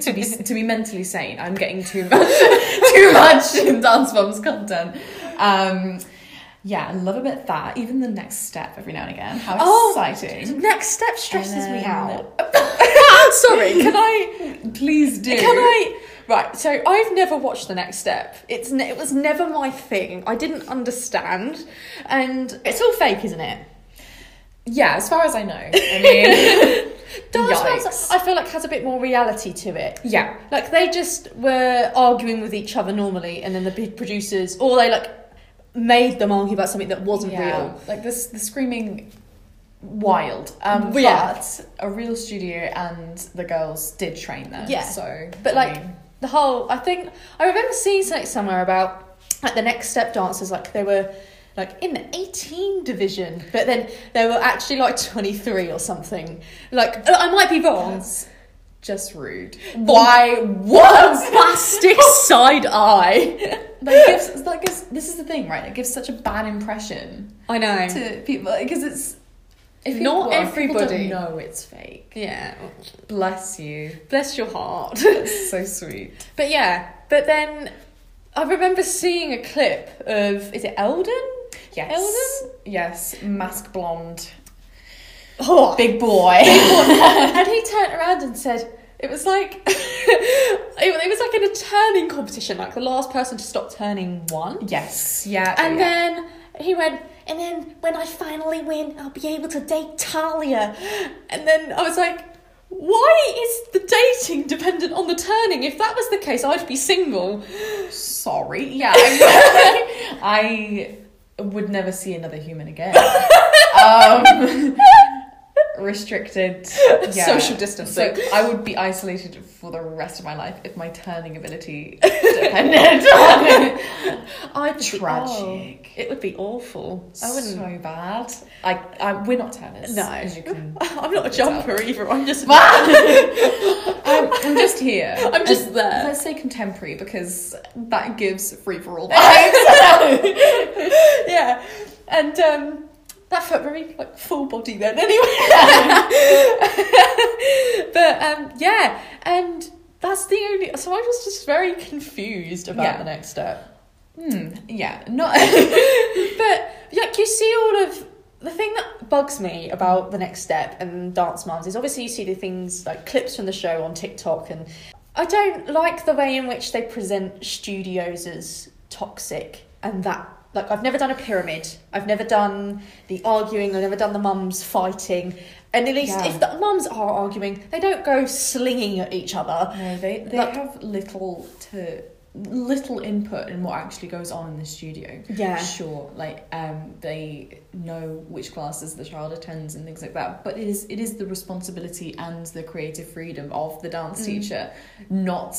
Speaker 1: *laughs*
Speaker 2: to be to be mentally sane. I'm getting too much *laughs* too much in dance moms content. Um, yeah, I love a bit of that. Even the next step every now and again. How
Speaker 1: Oh,
Speaker 2: exciting!
Speaker 1: Next step stresses
Speaker 2: And
Speaker 1: me
Speaker 2: then-
Speaker 1: out.
Speaker 3: Ah, Sorry,
Speaker 1: *laughs*
Speaker 3: can I?
Speaker 2: Please do.
Speaker 3: Can I? Right, so I've never watched The Next Step. It's ne- it was never my thing. I didn't understand, and
Speaker 1: It's all fake, isn't it?
Speaker 2: Yeah, as far as I know. I mean, *laughs*
Speaker 1: Dance
Speaker 2: Yikes.
Speaker 1: Moms, I feel like, has a bit more reality to it.
Speaker 2: yeah.
Speaker 1: Like, they just were arguing with each other normally, and then the big producers, or they like made them argue about something that wasn't real.
Speaker 2: Like this, the screaming, wild. Um,
Speaker 1: Yeah.
Speaker 2: But a real studio, and the girls did train them.
Speaker 1: Yeah.
Speaker 2: So,
Speaker 1: But,
Speaker 2: I
Speaker 1: like,
Speaker 2: mean,
Speaker 1: The whole, I think, I remember seeing something somewhere about like the next step dancers, like they were like in the 18 division, but then they were actually like 23 or something. Like, uh, I might be wrong.
Speaker 2: that's just rude. Why? What?
Speaker 3: *laughs*
Speaker 1: Plastic side eye.
Speaker 2: *laughs* that gives. That gives. This is the thing, right? It gives such a bad impression
Speaker 3: I
Speaker 1: *laughs*
Speaker 3: know.
Speaker 2: to people because it's. If
Speaker 3: Not
Speaker 2: people don't
Speaker 3: everybody.
Speaker 2: know it's fake.
Speaker 3: yeah,
Speaker 2: Bless you.
Speaker 3: bless your
Speaker 1: *laughs*
Speaker 3: heart.
Speaker 2: That's so sweet.
Speaker 3: But yeah, but then I remember seeing a clip of is it Eldon?
Speaker 2: Yes.
Speaker 3: Elden?
Speaker 2: Yes. Mask blonde.
Speaker 1: Oh,
Speaker 2: Big boy.
Speaker 3: and he turned around and said it was like *laughs* it, was- it was like in a turning competition like the last person to stop turning one
Speaker 2: yes. Yeah.
Speaker 3: and
Speaker 2: yeah.
Speaker 3: then he went and then when i finally win i'll be able to date talia and then i was like why is the dating dependent on the turning if that was the case i'd be single
Speaker 2: sorry. Yeah. I, I would never see another human again. um, restricted yeah.
Speaker 3: Social distancing.
Speaker 2: So I would be isolated for the rest of my life if my turning
Speaker 3: *laughs*
Speaker 2: ability depended on it.
Speaker 3: i'd be-
Speaker 2: Tragic.
Speaker 3: oh, it would be awful i wouldn't
Speaker 2: So bad. I, I we're not turners.
Speaker 3: No.
Speaker 2: as you can.
Speaker 3: *laughs* i'm not a jumper either i'm *laughs* just
Speaker 2: I'm, I'm just here.
Speaker 3: I'm just
Speaker 2: And
Speaker 3: there.
Speaker 2: Let's say contemporary because that gives free for
Speaker 3: *laughs*
Speaker 2: all.
Speaker 3: yeah, and um, that felt very like full body then. Anyway, *laughs* but um, yeah, and that's the only. So I was just very confused about
Speaker 2: Yeah.
Speaker 3: the next step.
Speaker 2: Hmm. Yeah. Not.
Speaker 3: But like you see all of the thing that bugs me about the next step and dance moms is obviously you see the things like clips from the show on TikTok and I don't like the way in which they present studios as toxic and that like I've never done a pyramid. I've never done the arguing, I've never done the mums fighting. And at least
Speaker 2: Yeah.
Speaker 3: if the mums are arguing, they don't go slinging at each other.
Speaker 2: No, they they
Speaker 3: Like-
Speaker 2: have little to little input in what actually goes on in the studio.
Speaker 3: Yeah.
Speaker 2: Sure, like um, they know which classes the child attends and things like that. But it is it is the responsibility and the creative freedom of the dance
Speaker 3: Mm.
Speaker 2: teacher, not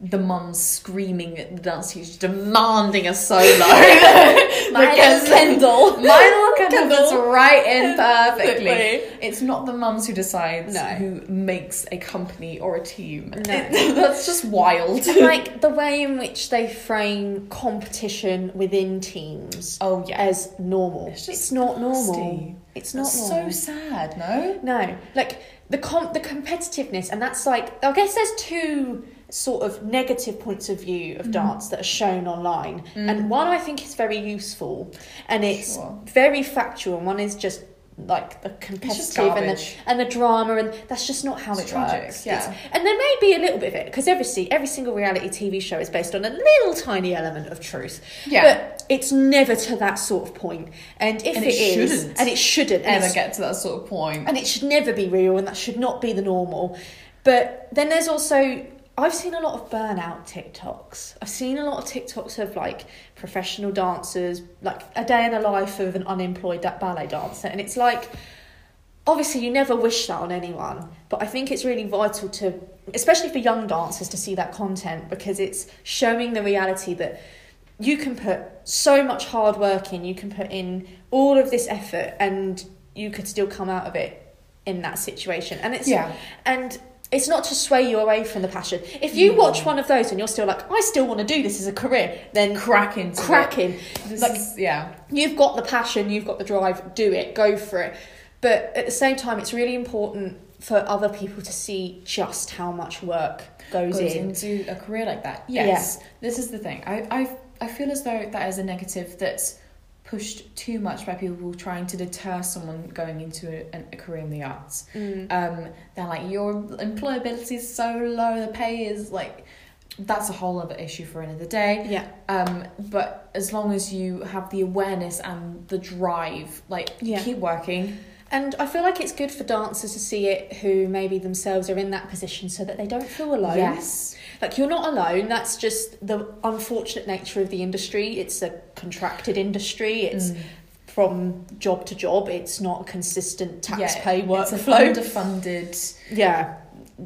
Speaker 2: the mum screaming at the dance teacher demanding a solo. *laughs*
Speaker 3: My
Speaker 2: Because-
Speaker 3: little Kendall. *laughs*
Speaker 2: My little Kendall fits
Speaker 3: Kendall.
Speaker 2: right in perfectly.
Speaker 3: Perfectly.
Speaker 2: It's not the mums who decides
Speaker 3: No.
Speaker 2: who makes a company or a team.
Speaker 3: No.
Speaker 2: *laughs* That's
Speaker 1: *laughs*
Speaker 2: just wild. *laughs*
Speaker 1: And, like the way in which they frame competition within teams
Speaker 2: Oh yeah.
Speaker 1: as normal.
Speaker 2: It's
Speaker 1: It's,
Speaker 2: just
Speaker 1: not
Speaker 2: nasty.
Speaker 1: normal. It's not
Speaker 2: That's
Speaker 1: normal.
Speaker 2: so sad, no?
Speaker 1: No, like the com- the competitiveness, and that's like I guess there's two sort of negative points of view
Speaker 2: Mm-hmm.
Speaker 1: of dance that are shown online, and one I think is very useful, and it's
Speaker 2: Mm. Sure.
Speaker 1: very factual, and one is just like the competitive and the,
Speaker 2: garbage.
Speaker 1: and the drama, and that's just not how
Speaker 2: It's
Speaker 1: it
Speaker 2: tragic,
Speaker 1: works.
Speaker 2: yeah.
Speaker 1: It's- and there may be a little bit of it because obviously every single reality TV show is based on a little tiny element of truth,
Speaker 2: Yeah.
Speaker 1: but it's never to that sort of point, and if
Speaker 2: And it
Speaker 1: it is,
Speaker 2: shouldn't
Speaker 1: and it shouldn't, and
Speaker 2: Ever
Speaker 1: it's
Speaker 2: get to that sort of point.
Speaker 1: and it should never be real and that should not be the normal but then there's also i've seen a lot of burnout tiktoks i've seen a lot of tiktoks of like professional dancers like a day in the life of an unemployed da- ballet dancer and it's like obviously you never wish that on anyone but i think it's really vital to especially for young dancers to see that content because it's showing the reality that you can put so much hard work in you can put in all of this effort and you could still come out of it in that situation and it's
Speaker 2: Yeah.
Speaker 1: and it's not to sway you away from the passion if you
Speaker 2: Mm.
Speaker 1: watch one of those and you're still like i still want to do this as a career then
Speaker 2: Crack into it.
Speaker 1: cracking
Speaker 2: This
Speaker 1: like
Speaker 2: is- yeah.
Speaker 1: you've got the passion, you've got the drive, do it, go for it. But at the same time, it's really important for other people to see just how much work goes,
Speaker 2: goes
Speaker 1: in.
Speaker 2: into a career like that. Yes, this is the thing. I, I I feel as though that is a negative that's pushed too much by people trying to deter someone going into a, an- a career in the arts.
Speaker 1: Mm.
Speaker 2: Um, they're like your employability is so low, the pay is like that's a whole other issue for another day.
Speaker 1: Yeah.
Speaker 2: Um, but as long as you have the awareness and the drive, like
Speaker 1: Yeah.
Speaker 2: keep working.
Speaker 1: And I feel like it's good for dancers to see it who maybe themselves are in that position so that they don't feel alone.
Speaker 2: Yes.
Speaker 1: Like you're not alone, that's just the unfortunate nature of the industry. It's a contracted industry,
Speaker 2: Mm.
Speaker 1: it's from job to job, it's not a consistent tax
Speaker 2: Yeah,
Speaker 1: pay
Speaker 2: It's a
Speaker 1: workflow.
Speaker 2: underfunded,
Speaker 1: yeah.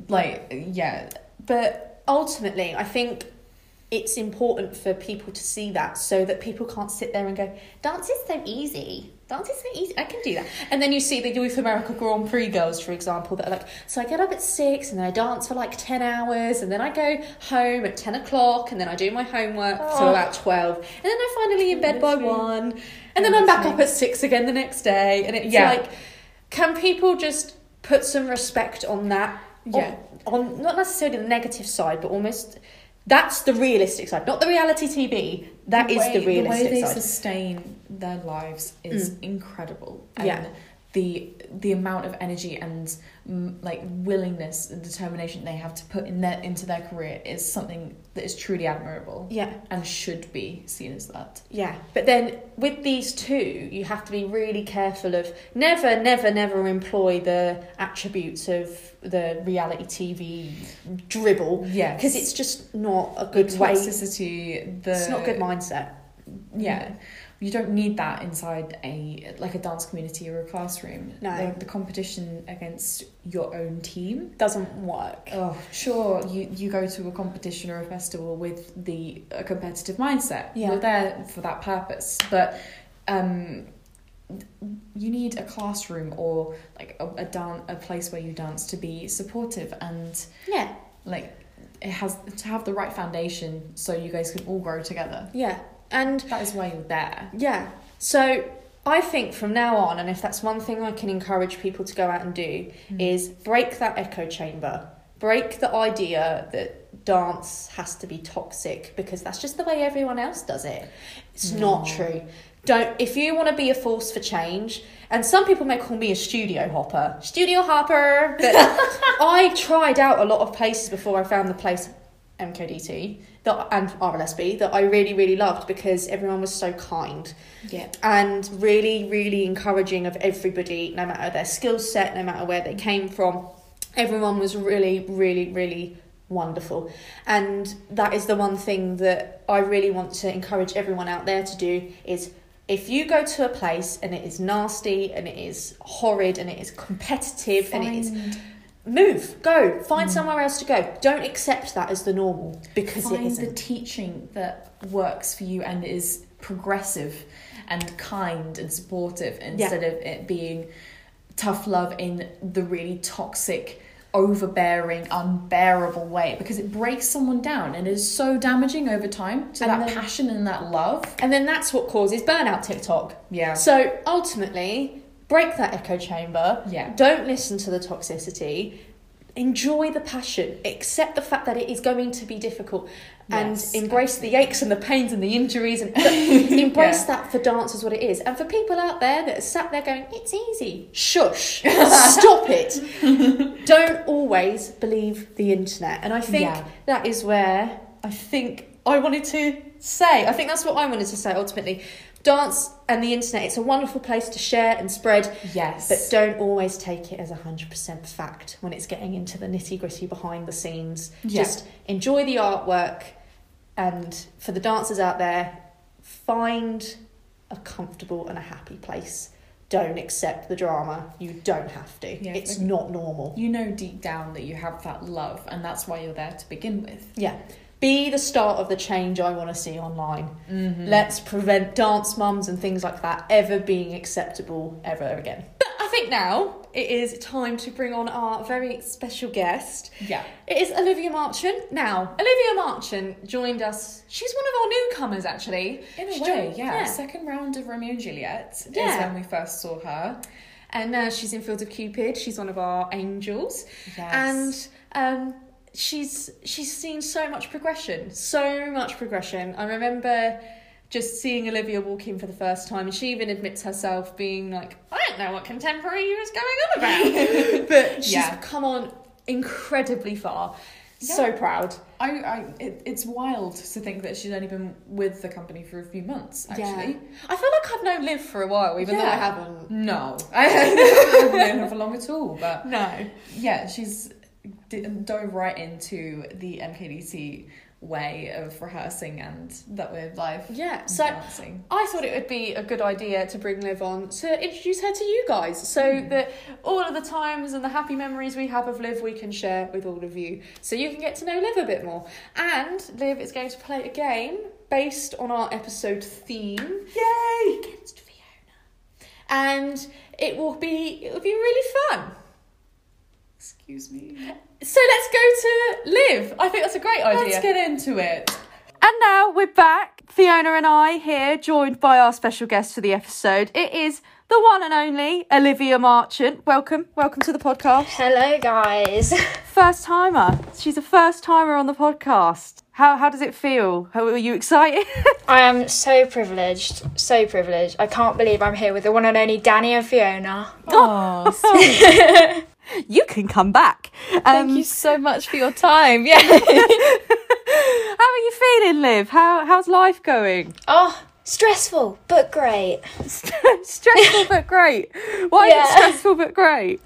Speaker 2: like yeah,
Speaker 1: But ultimately, I think it's important for people to see that so that people can't sit there and go, dance is so easy. Dance is so easy. I can do that. And then you see the Youth America Grand Prix girls, for example, that are like, so I get up at six and then I dance for like 10 hours and then I go home at 10 o'clock and then I do my homework till about 12 and then I'm finally in bed by
Speaker 2: Literally.
Speaker 1: one and then I'm back up at six again the next day. And it's
Speaker 2: Yeah.
Speaker 1: like, can people just put some respect on that?
Speaker 2: Yeah.
Speaker 1: On, on not necessarily the negative side, but almost that's the realistic side, not the reality TV. That is the
Speaker 2: way-
Speaker 1: realistic
Speaker 2: way they
Speaker 1: side.
Speaker 2: sustain their lives is incredible. And
Speaker 1: Yeah.
Speaker 2: the the amount of energy and mm, like willingness and determination they have to put in their into their career is something that is truly admirable
Speaker 1: Yeah,
Speaker 2: and should be seen as that.
Speaker 1: yeah. But then with these two, you have to be really careful of never, never, never employ the attributes of the reality TV dribble
Speaker 2: Yeah,
Speaker 1: because it's just not a
Speaker 2: the
Speaker 1: good way.
Speaker 2: toxicity. The
Speaker 1: It's not good mindset.
Speaker 2: yeah you don't need that inside a like a dance community or a classroom
Speaker 1: No.
Speaker 2: the, the competition against your own team
Speaker 1: Doesn't work.
Speaker 2: oh sure you you go to a competition or a festival with the a competitive mindset
Speaker 1: Yeah.
Speaker 2: you're there for that purpose but um you need a classroom or like a, a dance a place where you dance to be supportive and
Speaker 1: Yeah,
Speaker 2: like it has to have the right foundation so you guys can all grow together
Speaker 1: yeah. And
Speaker 2: that is why you're there
Speaker 1: Yeah. So I think from now on, and if that's one thing I can encourage people to go out and do,
Speaker 2: Mm-hmm.
Speaker 1: is break that echo chamber. Break the idea that dance has to be toxic because that's just the way everyone else does it. It's not true. Don't if you want to be a force for change, and some people may call me a studio hopper. Studio hopper. But I tried out a lot of places before I found the place MKDT that and RLSB that I really really loved because everyone was so kind
Speaker 2: yeah
Speaker 1: and really really encouraging of everybody no matter their skill set no matter where they came from everyone was really really really wonderful and that is the one thing that I really want to encourage everyone out there to do is if you go to a place and it is nasty and it is horrid and it is competitive and it is move go find
Speaker 2: Mm.
Speaker 1: somewhere else to go don't accept that as the normal because it
Speaker 2: find the
Speaker 1: isn't
Speaker 2: teaching that works for you and is progressive and kind and supportive instead of it being tough love in the really toxic overbearing unbearable way because it breaks someone down and is so damaging over time to
Speaker 1: And
Speaker 2: that
Speaker 1: then-
Speaker 2: passion and that love
Speaker 1: and then that's what causes burnout tiktok
Speaker 2: yeah
Speaker 1: so ultimately break that echo chamber
Speaker 2: yeah
Speaker 1: don't listen to the toxicity enjoy the passion accept the fact that it is going to be difficult and
Speaker 2: Yes,
Speaker 1: embrace the aches and the pains and the injuries
Speaker 2: *laughs*
Speaker 1: and *laughs* but embrace
Speaker 2: Yeah.
Speaker 1: that for dancers what it is and for people out there that are sat there going it's easy shush *laughs* stop it don't always believe the internet. And I think
Speaker 2: Yeah.
Speaker 1: that is where I think I wanted to say. I think that's what I wanted to say ultimately. Dance and the internet, it's a wonderful place to share and spread,
Speaker 2: yes
Speaker 1: but don't always take it as 100% fact when it's getting into the nitty gritty behind the scenes.
Speaker 2: Yeah.
Speaker 1: Just enjoy the artwork. And for the dancers out there, find a comfortable and a happy place. Don't accept the drama. You don't have to.
Speaker 2: Yeah,
Speaker 1: it's
Speaker 2: okay.
Speaker 1: not normal.
Speaker 2: you know deep down that you have that love and that's why you're there to begin with
Speaker 1: Yeah. Be the start of the change I want to see online.
Speaker 2: Mm-hmm. Hmm.
Speaker 1: Let's prevent dance mums and things like that ever being acceptable ever again. But I think now it is time to bring on our very special guest.
Speaker 2: yeah
Speaker 1: It is Olivia Marchant. Now, Olivia Marchant joined us. She's one of our newcomers, actually.
Speaker 2: in a
Speaker 1: She
Speaker 2: way
Speaker 1: joined-
Speaker 2: yeah, second round of romeo and juliet is
Speaker 1: Yeah.
Speaker 2: when we first saw her
Speaker 1: And uh, she's in Fields of Cupid. She's one of our angels.
Speaker 2: Yes.
Speaker 1: And um, she's she's seen so much progression, so much progression. I remember just seeing Olivia walk in for the first time, and she even admits herself being like, "I don't know what contemporary was going on
Speaker 2: *laughs*
Speaker 1: about," but she's
Speaker 2: Yeah.
Speaker 1: come on incredibly far. So proud.
Speaker 2: I, I it, it's wild to think that she's only been with the company for a few months. Actually,
Speaker 1: I feel like I've known Liv for a while, even though I
Speaker 2: Yeah.
Speaker 1: haven't.
Speaker 2: no, *laughs* I haven't known her for long at all. But
Speaker 1: No.
Speaker 2: yeah, she's d- dove right into the MKDT way of rehearsing and that way of life.
Speaker 1: Yeah.
Speaker 2: and
Speaker 1: So
Speaker 2: dancing.
Speaker 1: I thought it would be a good idea to bring Liv on to introduce her to you guys so
Speaker 2: Hmm.
Speaker 1: that all of the times and the happy memories we have of Liv we can share with all of you so you can get to know Liv a bit more. And Liv is going to play a game based on our episode theme
Speaker 2: yay!
Speaker 1: against Fiona. And it will be it will be really fun.
Speaker 2: Excuse me.
Speaker 1: So let's go to Liv. I think that's a great
Speaker 4: Oh,
Speaker 1: idea.
Speaker 2: Let's get into it.
Speaker 1: And now we're back. Fiona and I here, joined by our special guest for the episode. It is the one and only Olivia Marchant. Welcome, welcome to the podcast.
Speaker 5: Hello, guys.
Speaker 1: First timer. She's a first timer on the podcast.
Speaker 5: How how does it feel? How are you excited?
Speaker 6: *laughs* I am so privileged, so privileged. I can't believe I'm here with the one and only Danny and Fiona.
Speaker 5: you can come back. Um,
Speaker 4: Thank you so much for your time. *laughs* Yeah.
Speaker 2: *laughs*
Speaker 5: How are you feeling, Liv? How how's life going?
Speaker 6: Oh, stressful, but great.
Speaker 5: *laughs* stressful but great. Why is it
Speaker 6: Yeah.
Speaker 5: stressful but great?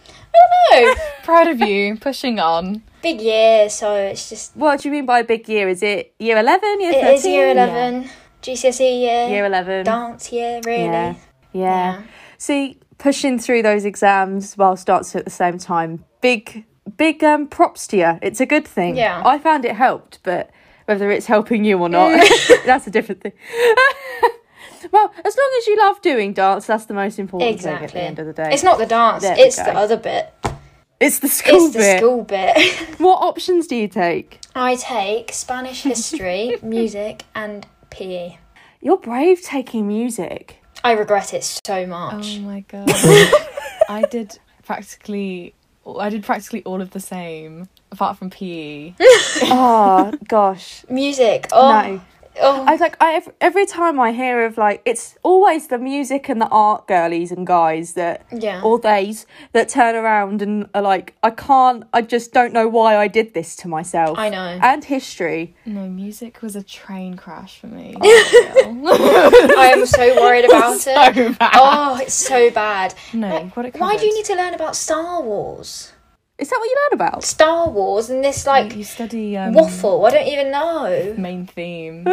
Speaker 6: No,
Speaker 4: Proud of you. Pushing on.
Speaker 6: *laughs* big year, so it's just
Speaker 5: What do you mean by a big year? Is it year eleven? Year
Speaker 6: it
Speaker 5: thirteen?
Speaker 6: is year eleven, GCSE E year,
Speaker 5: Year eleven.
Speaker 6: dance year, really.
Speaker 5: Yeah. Yeah.
Speaker 6: Yeah.
Speaker 5: See, pushing through those exams whilst dancing at the same time. Big, big um, props to you. It's a good thing.
Speaker 6: Yeah.
Speaker 5: I found it helped, but whether it's helping you or not,
Speaker 6: *laughs*
Speaker 5: *laughs* that's a different thing. *laughs* well, as long as you love doing dance, that's the most important thing at the
Speaker 6: Exactly.
Speaker 5: end of the day.
Speaker 6: It's not the dance,
Speaker 5: There we
Speaker 6: it's the
Speaker 5: go.
Speaker 6: other bit.
Speaker 5: It's the school
Speaker 6: it's the
Speaker 5: bit.
Speaker 6: school bit. *laughs*
Speaker 5: What options do you take?
Speaker 6: I take Spanish
Speaker 5: *laughs*
Speaker 6: history, music, and E. PE.
Speaker 5: You're brave taking
Speaker 6: *laughs*
Speaker 5: music.
Speaker 6: I regret it so much.
Speaker 4: Oh my god. I did practically I did practically all of the same apart from E. PE.
Speaker 5: Oh gosh,
Speaker 6: Music, oh,
Speaker 5: no.
Speaker 1: *laughs*
Speaker 6: oh
Speaker 5: I was like, I ev- every time I hear of like, it's always the music and the art girlies and guys that,
Speaker 6: Yeah.
Speaker 5: or theys that turn around and are like, I can't, I just don't know why I did this to myself.
Speaker 6: I know.
Speaker 5: And history.
Speaker 4: No, music was a train crash for
Speaker 6: *laughs*
Speaker 4: me.
Speaker 6: I am so worried about it. Oh, it's so bad.
Speaker 4: No,
Speaker 6: Like,
Speaker 4: what it
Speaker 6: Why do you
Speaker 4: covered.
Speaker 6: need to learn about Star Wars?
Speaker 5: Is that what you learn about?
Speaker 6: Star Wars and this like
Speaker 4: you study um,
Speaker 6: waffle. I don't even
Speaker 2: Mm.
Speaker 6: know.
Speaker 4: main
Speaker 6: *laughs*
Speaker 4: theme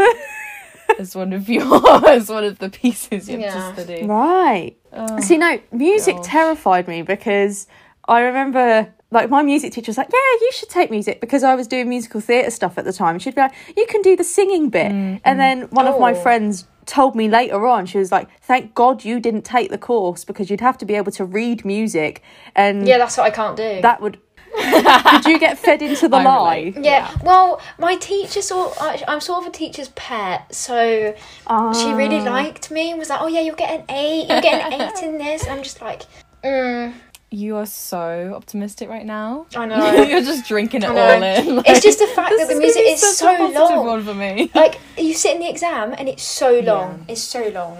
Speaker 4: as one of your *laughs* as one of the pieces you have
Speaker 6: Yeah.
Speaker 4: to study.
Speaker 5: Right.
Speaker 6: Oh,
Speaker 5: See, no, music terrified me because I remember, like, my music teacher was like, Yeah, you should take music because I was doing musical theatre stuff at the time. She'd be like, You can do the singing bit. And then one of my
Speaker 6: Mm, Oh.
Speaker 5: friends told me later on, she was like, Thank God you didn't take the course because you'd have to be able to read music. And
Speaker 6: Yeah, that's what I can't do.
Speaker 5: that would. Did you get fed
Speaker 6: *laughs*
Speaker 5: into the lie?
Speaker 4: relate.
Speaker 6: yeah. Well, my teacher sort. I, I'm sort of a teacher's pet, so she really liked me and was like, "Oh yeah, you'll get an eight. You'll get an eight in this." And I'm just like, mm,
Speaker 4: You are so optimistic right
Speaker 6: *laughs*
Speaker 4: now.
Speaker 6: I know.
Speaker 4: You're just drinking
Speaker 6: I
Speaker 4: it all
Speaker 6: know.
Speaker 4: *laughs* in.
Speaker 6: It's just the fact that the
Speaker 4: This is
Speaker 6: music
Speaker 4: gonna be
Speaker 6: is
Speaker 4: such a
Speaker 6: so
Speaker 4: positive
Speaker 6: long.
Speaker 4: One for me. *laughs*
Speaker 6: Like you sit in the exam and it's so long. It's so long.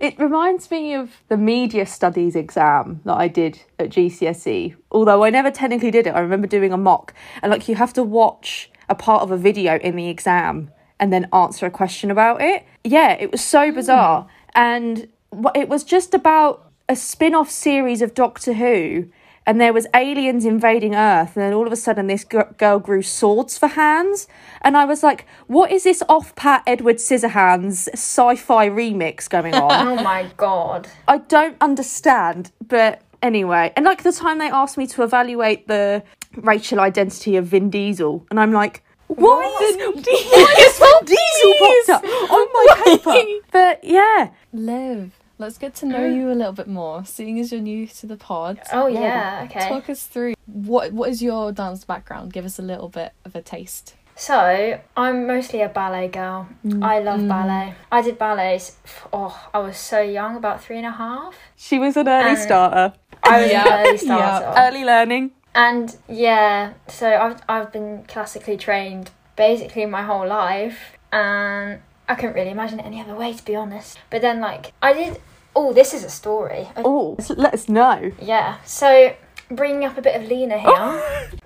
Speaker 5: It reminds me of the media studies exam that I did at GCSE. E. Although I never technically did it, I remember doing a mock. And like you have to watch a part of a video in the exam and then answer a question about it. Yeah, it was so bizarre. And wh- it was just about a spin off series of Doctor Who. And there was aliens invading Earth, and then all of a sudden, this g- girl grew swords for hands, and I was like, "What is this off-pat Edward Scissorhands sci-fi remix going on?"
Speaker 6: Oh my god.
Speaker 5: I don't understand, but anyway. And like the time they asked me to evaluate the racial identity of Vin Diesel, and I'm like, why is why is Vin Diesel popped up on my paper? But yeah,
Speaker 4: Liv, let's get to
Speaker 6: Mm.
Speaker 4: know you a little bit more. Seeing as you're new to the pod,
Speaker 6: Oh yeah. Okay.
Speaker 4: talk us through what what is your dance background? Give us a little bit of a taste.
Speaker 6: So I'm mostly a ballet girl. I love ballet. I did ballets. f- Oh, I was so young, about three and a half.
Speaker 5: she was an early
Speaker 6: Um,
Speaker 5: starter,
Speaker 6: I was
Speaker 4: Yeah,
Speaker 6: an early
Speaker 4: yeah.
Speaker 6: starter,
Speaker 5: early learning.
Speaker 6: and yeah, so I've I've been classically trained basically my whole life, and I couldn't really imagine it any other way to be honest. But then like I did. Oh, this is a story. I-
Speaker 5: Oh, let us know.
Speaker 6: Yeah. So bringing up a bit of Lena here.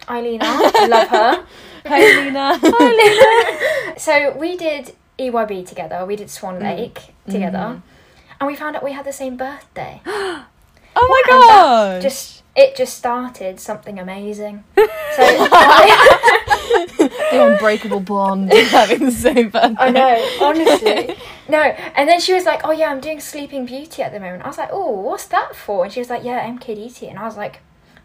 Speaker 6: Hi Lena, I love her.
Speaker 4: Hey
Speaker 6: *laughs*
Speaker 4: Lena.
Speaker 6: So we did EYB together. We did Swan Lake together, and we found out we had the same birthday.
Speaker 4: oh my
Speaker 6: that
Speaker 4: god.
Speaker 6: Just it just started something
Speaker 4: *laughs*
Speaker 6: amazing. So I,
Speaker 4: the unbreakable bond of having the same birthday.
Speaker 6: I
Speaker 4: *laughs*
Speaker 6: know, honestly, no. And then she was like, "Oh yeah, I'm doing Sleeping Beauty at the moment." I was like, "Oh, what's that for?" And she was like, "Yeah, MKDT," and I was like.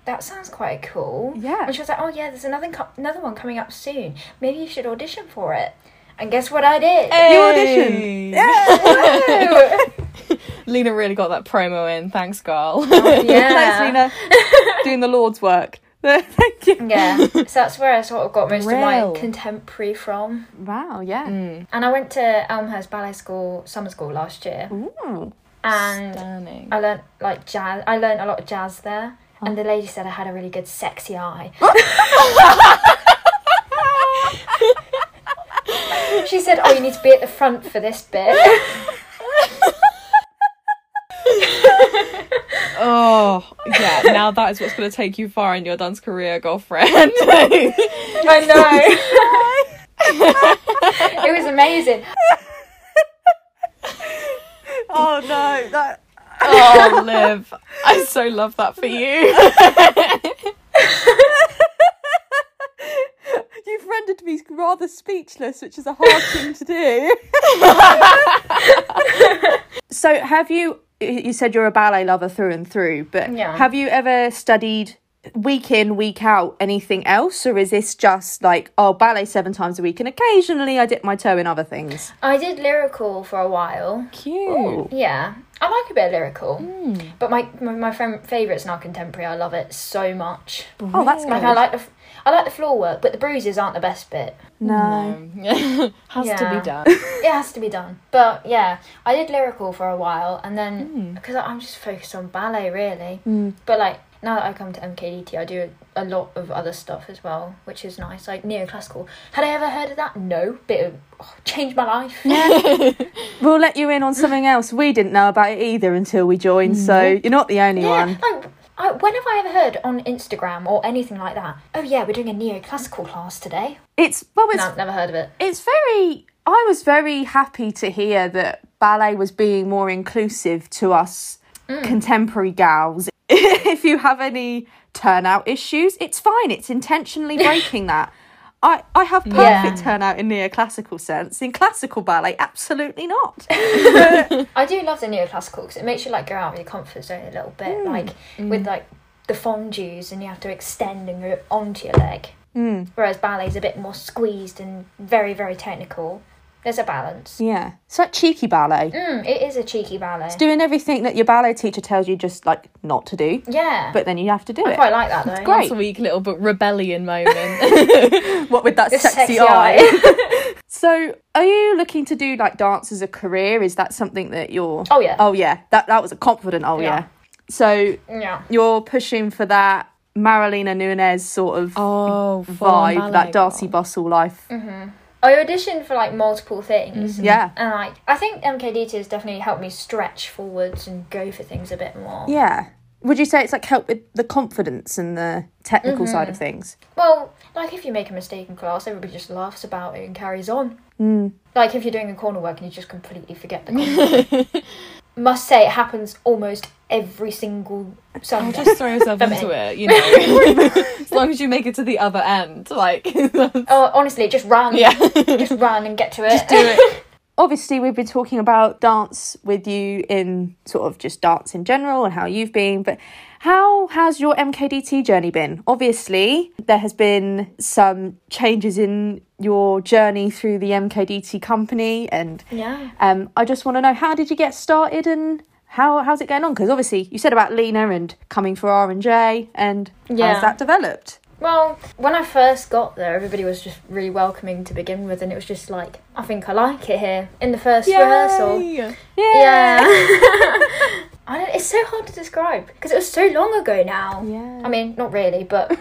Speaker 6: That sounds quite cool.
Speaker 5: Yeah.
Speaker 6: And she was like, "Oh yeah, there's another co- another one coming up soon. Maybe you should audition for it." And guess what I did?
Speaker 5: You auditioned.
Speaker 6: *laughs*
Speaker 4: *laughs* Lena really got that promo in. *laughs* Thanks, girl.
Speaker 6: Oh, yeah.
Speaker 5: Thanks, Lena. Doing the Lord's work. *laughs* Thank you.
Speaker 6: Yeah, so that's where I sort of got most of
Speaker 4: Brill.
Speaker 6: my contemporary from.
Speaker 5: Wow. Yeah.
Speaker 6: And I went to Elmhurst Ballet School summer school last year,
Speaker 5: Ooh.
Speaker 6: and
Speaker 4: Stunning.
Speaker 6: I learnt like jazz. I learnt a lot of jazz there, and the lady said I had a really good sexy eye. actually said, "Oh, you need to be at the front for this bit." *laughs*
Speaker 4: Oh, *laughs* yeah. Now that is what's going to take you far in your dance career, girlfriend. *laughs*
Speaker 6: I know. *laughs* it was amazing.
Speaker 5: Oh no, that
Speaker 4: oh, Liv. I so love that for you.
Speaker 5: *laughs* you've rendered me rather speechless, which is a hard thing to do. *laughs* so, have you? You said you're a ballet lover through and through, but
Speaker 6: Yeah.
Speaker 5: have you ever studied? Week in, week out, anything else, or is this just like oh, ballet seven times a week, and occasionally I dip my toe in other things?
Speaker 6: I did lyrical for a while.
Speaker 4: Cute.
Speaker 6: Yeah, I like a bit of lyrical,
Speaker 4: Hmm.
Speaker 6: but my my, my friend favourites now contemporary. I love it so much.
Speaker 5: Oh, that's
Speaker 6: Like
Speaker 5: good.
Speaker 6: I like the f- I like the floor work, but the bruises aren't the best bit.
Speaker 5: no,
Speaker 4: Has to
Speaker 6: Yeah.
Speaker 4: be done.
Speaker 6: *laughs* It has to be done. But yeah, I did lyrical for a while, and
Speaker 4: Hmm.
Speaker 6: then because I'm just focused on ballet really. But like now that I come to MKDT, I do a, a lot of other stuff as well, which is nice. Like neoclassical. Had I ever heard of that? No. Bit of oh, changed my life.
Speaker 5: we'll let you in on something else. We didn't know about it either until we joined, so you're not the only
Speaker 6: Yeah,
Speaker 5: one.
Speaker 6: like I, when have I ever heard on Instagram or anything like that? Oh yeah, we're doing a neoclassical class today.
Speaker 5: It's well, it's
Speaker 6: No, never heard of it.
Speaker 5: it's very i was very happy to hear that ballet was being more inclusive to us contemporary gals *laughs* if you have any turnout issues it's fine it's intentionally breaking that I, I have perfect turnout in neoclassical sense. In classical ballet, absolutely not.
Speaker 6: I do love the neoclassical because it makes you like go out of your comfort zone a little bit, like with like the fondues, and you have to extend and go onto your leg. Mm. Whereas ballet's a bit more squeezed and very very technical. There's a balance.
Speaker 5: Yeah. It's like cheeky ballet.
Speaker 6: Mm, it is a cheeky ballet.
Speaker 5: Doing everything that your ballet teacher tells you just like not to do,
Speaker 6: yeah,
Speaker 5: but then you have to do
Speaker 6: I
Speaker 5: it.
Speaker 6: quite like that though.
Speaker 5: Great.
Speaker 4: It's a weak little but
Speaker 5: *laughs*
Speaker 4: rebellion moment.
Speaker 5: What
Speaker 6: *laughs*
Speaker 5: with that
Speaker 6: It's
Speaker 5: sexy,
Speaker 6: sexy
Speaker 5: eye.
Speaker 6: eye.
Speaker 5: So, are you looking to do like dance as a career? Is that something that you're?
Speaker 6: *laughs* Oh, yeah.
Speaker 5: Oh yeah. That that was a confident. Oh yeah.
Speaker 6: Yeah.
Speaker 5: So
Speaker 6: yeah,
Speaker 5: you're pushing for that Marilena Nunes sort of
Speaker 4: oh,
Speaker 5: vibe, that Darcy Bustle life.
Speaker 6: Mm-hmm. I auditioned for like multiple things.
Speaker 5: Mm-hmm. Yeah.
Speaker 6: And like, I think MKDT has definitely helped me stretch forwards and go for things a bit more.
Speaker 5: Yeah. Would you say it's like help with the confidence and the technical side
Speaker 6: Mm-hmm.
Speaker 5: of things?
Speaker 6: Well, like if you make a mistake in class, everybody just laughs about it and carries on. Like if you're doing a corner work and you just completely forget the corner. work. Must say, it happens almost every single Sunday.
Speaker 4: Just throw *laughs* yourself
Speaker 6: Don't
Speaker 4: into it, you know. *laughs* as long as you make it to the other end, like *laughs* yeah.
Speaker 6: Oh, honestly, just run. Just run and get to it.
Speaker 5: Obviously, we've been talking about dance with you in sort of just dance in general and how you've been, but how has your MKDT journey been? Obviously, there has been some changes in your journey through the MKDT company, and
Speaker 6: *laughs* Yeah.
Speaker 5: um, I just want to know how did you get started and how how's it going on? Because obviously, you said about Lena and coming for R and J, and
Speaker 6: Yeah.
Speaker 5: how's that developed?
Speaker 6: Well, when I first got there, everybody was just really welcoming to begin with, and it was just like, I think I like it here in the first rehearsal.
Speaker 4: *laughs*
Speaker 6: Yeah. I don't, it's so hard to describe because it was so long ago now.
Speaker 5: Yeah.
Speaker 6: I mean, not really, but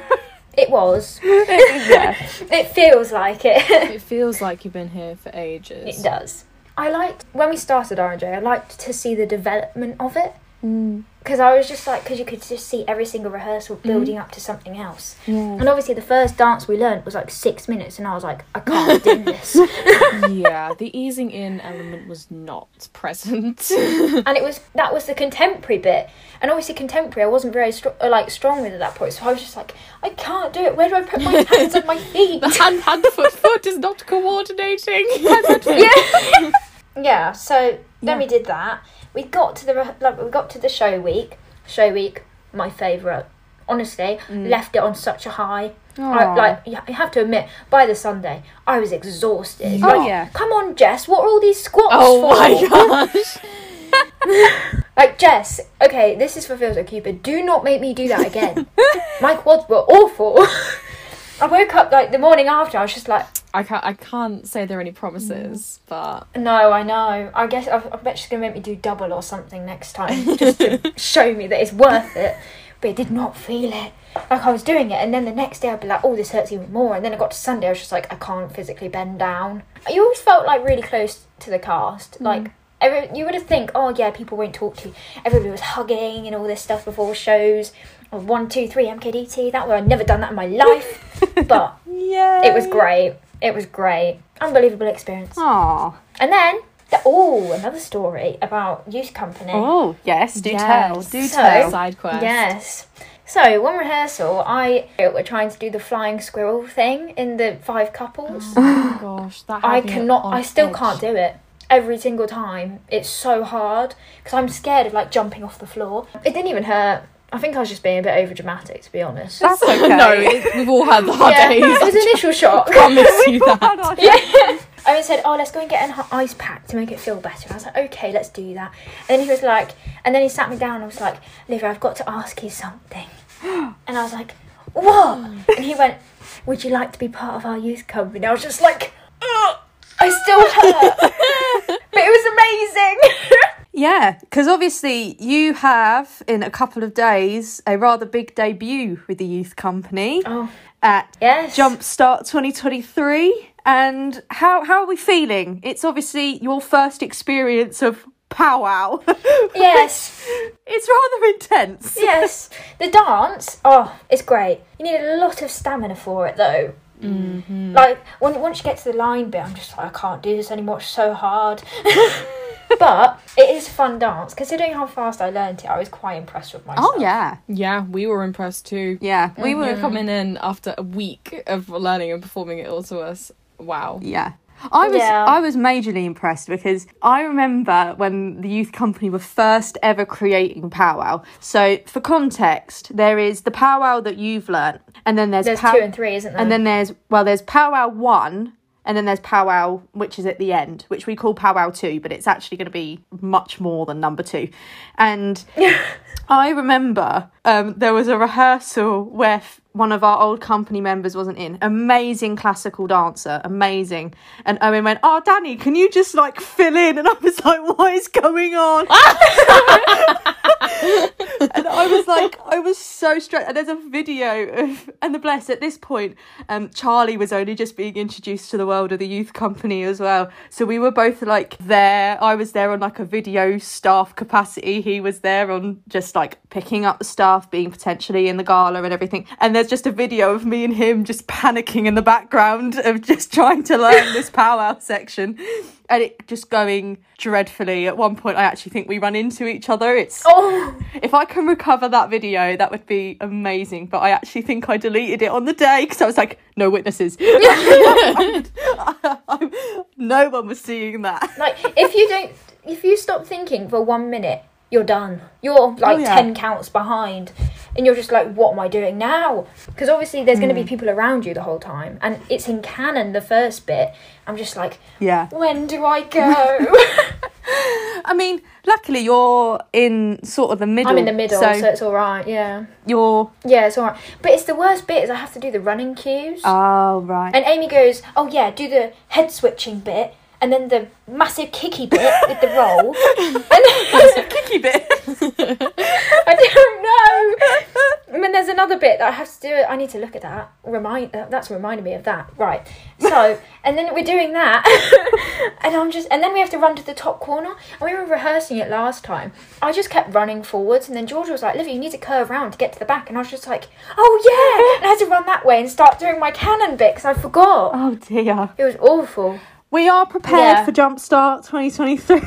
Speaker 6: it
Speaker 4: *laughs*
Speaker 6: was.
Speaker 5: yeah,
Speaker 6: *laughs* It feels like it.
Speaker 4: It feels like you've been here for
Speaker 6: it
Speaker 4: ages.
Speaker 6: does. I liked when we started R and J. I liked to see the development of it
Speaker 4: Mm.
Speaker 6: because I was just like because you could just see every single rehearsal
Speaker 4: Mm-hmm.
Speaker 6: building up to something else. And obviously, the first dance we learned was like six minutes, and I was like, I can't
Speaker 4: *laughs*
Speaker 6: do this.
Speaker 4: yeah, the easing in element was not present.
Speaker 6: and it was that was the contemporary bit and obviously contemporary i wasn't very str- uh, like strong with at that point so i was just like i can't do it where do i put
Speaker 4: *laughs*
Speaker 6: my hands and my feet
Speaker 4: the hand, hand, foot, foot is not
Speaker 6: *laughs*
Speaker 4: coordinating. *laughs*
Speaker 6: yeah yeah so then we did that we got to the re- like, we got to the show week show week my favorite honestly
Speaker 4: Mm.
Speaker 6: left it on such a high I, like you you have to admit by the sunday i was exhausted
Speaker 5: Oh,
Speaker 6: Like,
Speaker 5: yeah.
Speaker 6: come on jess what are all these squats
Speaker 4: oh
Speaker 6: for
Speaker 4: my
Speaker 6: *laughs*
Speaker 4: gosh.
Speaker 6: Like, Jess, okay, this is for Feels Like Cupid. Do not make me do that again. My quads were awful. *laughs* I woke up like the morning after, I was just like,
Speaker 4: I can't, I can't say there are any promises, but
Speaker 6: no, I know. I guess I, I bet she's going to make me do double or something next time just to show me that it's worth it. but it did not feel it. Like I was doing it, and then the next day I'd be like, oh, this hurts even more. And then I got to Sunday, I was just like, I can't physically bend down. You always felt like really close to the cast. Like, every, you would have think, oh, yeah, people won't talk to you. Everybody was hugging and all this stuff before shows. Or One, two, three, MKDT. That one, I'd never done that in my life. but it was great. It was great. Unbelievable experience.
Speaker 5: Aww.
Speaker 6: And then, the, oh, another story about youth company.
Speaker 5: Oh, yes, do
Speaker 4: Yes.
Speaker 5: tell. Do
Speaker 6: So-
Speaker 5: tell.
Speaker 4: Side quest.
Speaker 6: Yes. So one rehearsal, I uh, we're trying to do the flying squirrel thing in the five couples.
Speaker 4: *gasps* Oh gosh, that.
Speaker 6: I
Speaker 4: had me
Speaker 6: cannot.
Speaker 4: on
Speaker 6: I still
Speaker 4: edge.
Speaker 6: can't do it. Every single time, it's so hard because I'm scared of like jumping off the floor. It didn't even hurt. I think I was just being a bit over dramatic, to be honest. *laughs*
Speaker 5: That's okay.
Speaker 4: No, it, we've
Speaker 5: *laughs*
Speaker 4: all had the hard
Speaker 6: yeah,
Speaker 4: days.
Speaker 6: *laughs* it was initial shock.
Speaker 4: *laughs* promise you that.
Speaker 6: I said, "Oh, let's go and get an h- ice pack to make it feel better." And I was like, "Okay, let's do that." And then he was like, and then he sat me down and was like, "Olivia, I've got to ask you something." And I was like, "What?" And he went, "Would you like to be part of our youth company?" And I was just like, Ugh, "I still hurt," but it was amazing.
Speaker 5: Yeah, because obviously you have in a couple of days a rather big debut with the youth company
Speaker 6: oh
Speaker 5: at
Speaker 6: *laughs* yes,
Speaker 5: Jumpstart 2023. And how how are we feeling? It's obviously your first experience of powwow. *laughs*
Speaker 6: Yes,
Speaker 5: it's rather intense.
Speaker 6: yes. The dance, oh, it's great. You need a lot of stamina for it though.
Speaker 5: Mm-hmm.
Speaker 6: Like when, once you get to the line bit, I'm just like, I can't do this anymore. It's so hard. *laughs* but it is a fun dance. Considering how fast I learned it, I was quite impressed with myself.
Speaker 5: Oh yeah,
Speaker 4: Yeah, we were impressed too.
Speaker 5: yeah,
Speaker 4: We were coming in after a week of learning and performing it all to us. Wow.
Speaker 5: Yeah. I was
Speaker 6: Yeah.
Speaker 5: I was majorly impressed because I remember when the youth company were first ever creating powwow. So for context, there is the powwow that you've learnt, and then there's,
Speaker 6: There's
Speaker 5: pow-
Speaker 6: two and three, isn't there?
Speaker 5: and then there's well, there's powwow one, and then there's powwow which is at the end, which we call powwow two, but it's actually going to be much more than number two.
Speaker 6: *laughs*
Speaker 5: And I remember um, there was a rehearsal where f- one of our old company members wasn't in. Amazing classical dancer, amazing. And Owen went, "Oh, Danny, can you just like fill in?" And I was like, "What is going on?" and I was like, I was so stressed. And there's a video of, and the bless at this point, um, Charlie was only just being introduced to the world of the youth company as well. So we were both like there. I was there on like a video staff capacity. He was there on just like picking up the staff, being potentially in the gala and everything. And there's just a video of me and him just panicking in the background of just trying to learn this powwow section. And it just going dreadfully. At one point, I actually think we run into each other. It's
Speaker 6: oh,
Speaker 5: if I can recover that video, that would be amazing. But I actually think I deleted it on the day because I was like, no witnesses. *laughs* no one was seeing that.
Speaker 6: like if you don't, if you stop thinking for one minute, you're done. You're like
Speaker 5: Oh, yeah.
Speaker 6: ten counts behind, and you're just like, what am I doing now? Because obviously there's
Speaker 5: Mm.
Speaker 6: going to be people around you the whole time, and it's in canon the first bit. I'm just like,
Speaker 5: Yeah.
Speaker 6: when do I
Speaker 5: *laughs*
Speaker 6: go?
Speaker 5: I mean, luckily you're in sort of the
Speaker 6: *laughs*
Speaker 5: middle.
Speaker 6: I'm in the middle, so,
Speaker 5: So,
Speaker 6: it's all right. Yeah,
Speaker 5: you're.
Speaker 6: yeah, it's all right. But it's the worst bit is I have to do the running cues,
Speaker 5: Oh, right.
Speaker 6: and Amy goes, "Oh yeah, do the head switching bit." And then the massive kicky bit with the
Speaker 5: *laughs*
Speaker 6: roll. And *laughs* then,
Speaker 5: kicky bit.
Speaker 6: I don't know. And then there's another bit that I have to do. I need to look at that. Remind uh, that's reminded me of that. Right. So and then we're doing that, *laughs* and I'm just and then we have to run to the top corner. And we were rehearsing it last time. I just kept running forwards, and then Georgia was like, "Livy, you need to curve round to get to the back." And I was just like, "Oh yeah!" And I had to run that way and start doing my cannon bit because I forgot.
Speaker 5: *laughs* Oh, dear.
Speaker 6: It was awful.
Speaker 5: We are prepared
Speaker 6: Yeah.
Speaker 5: for Jumpstart
Speaker 6: *laughs*
Speaker 5: 2023.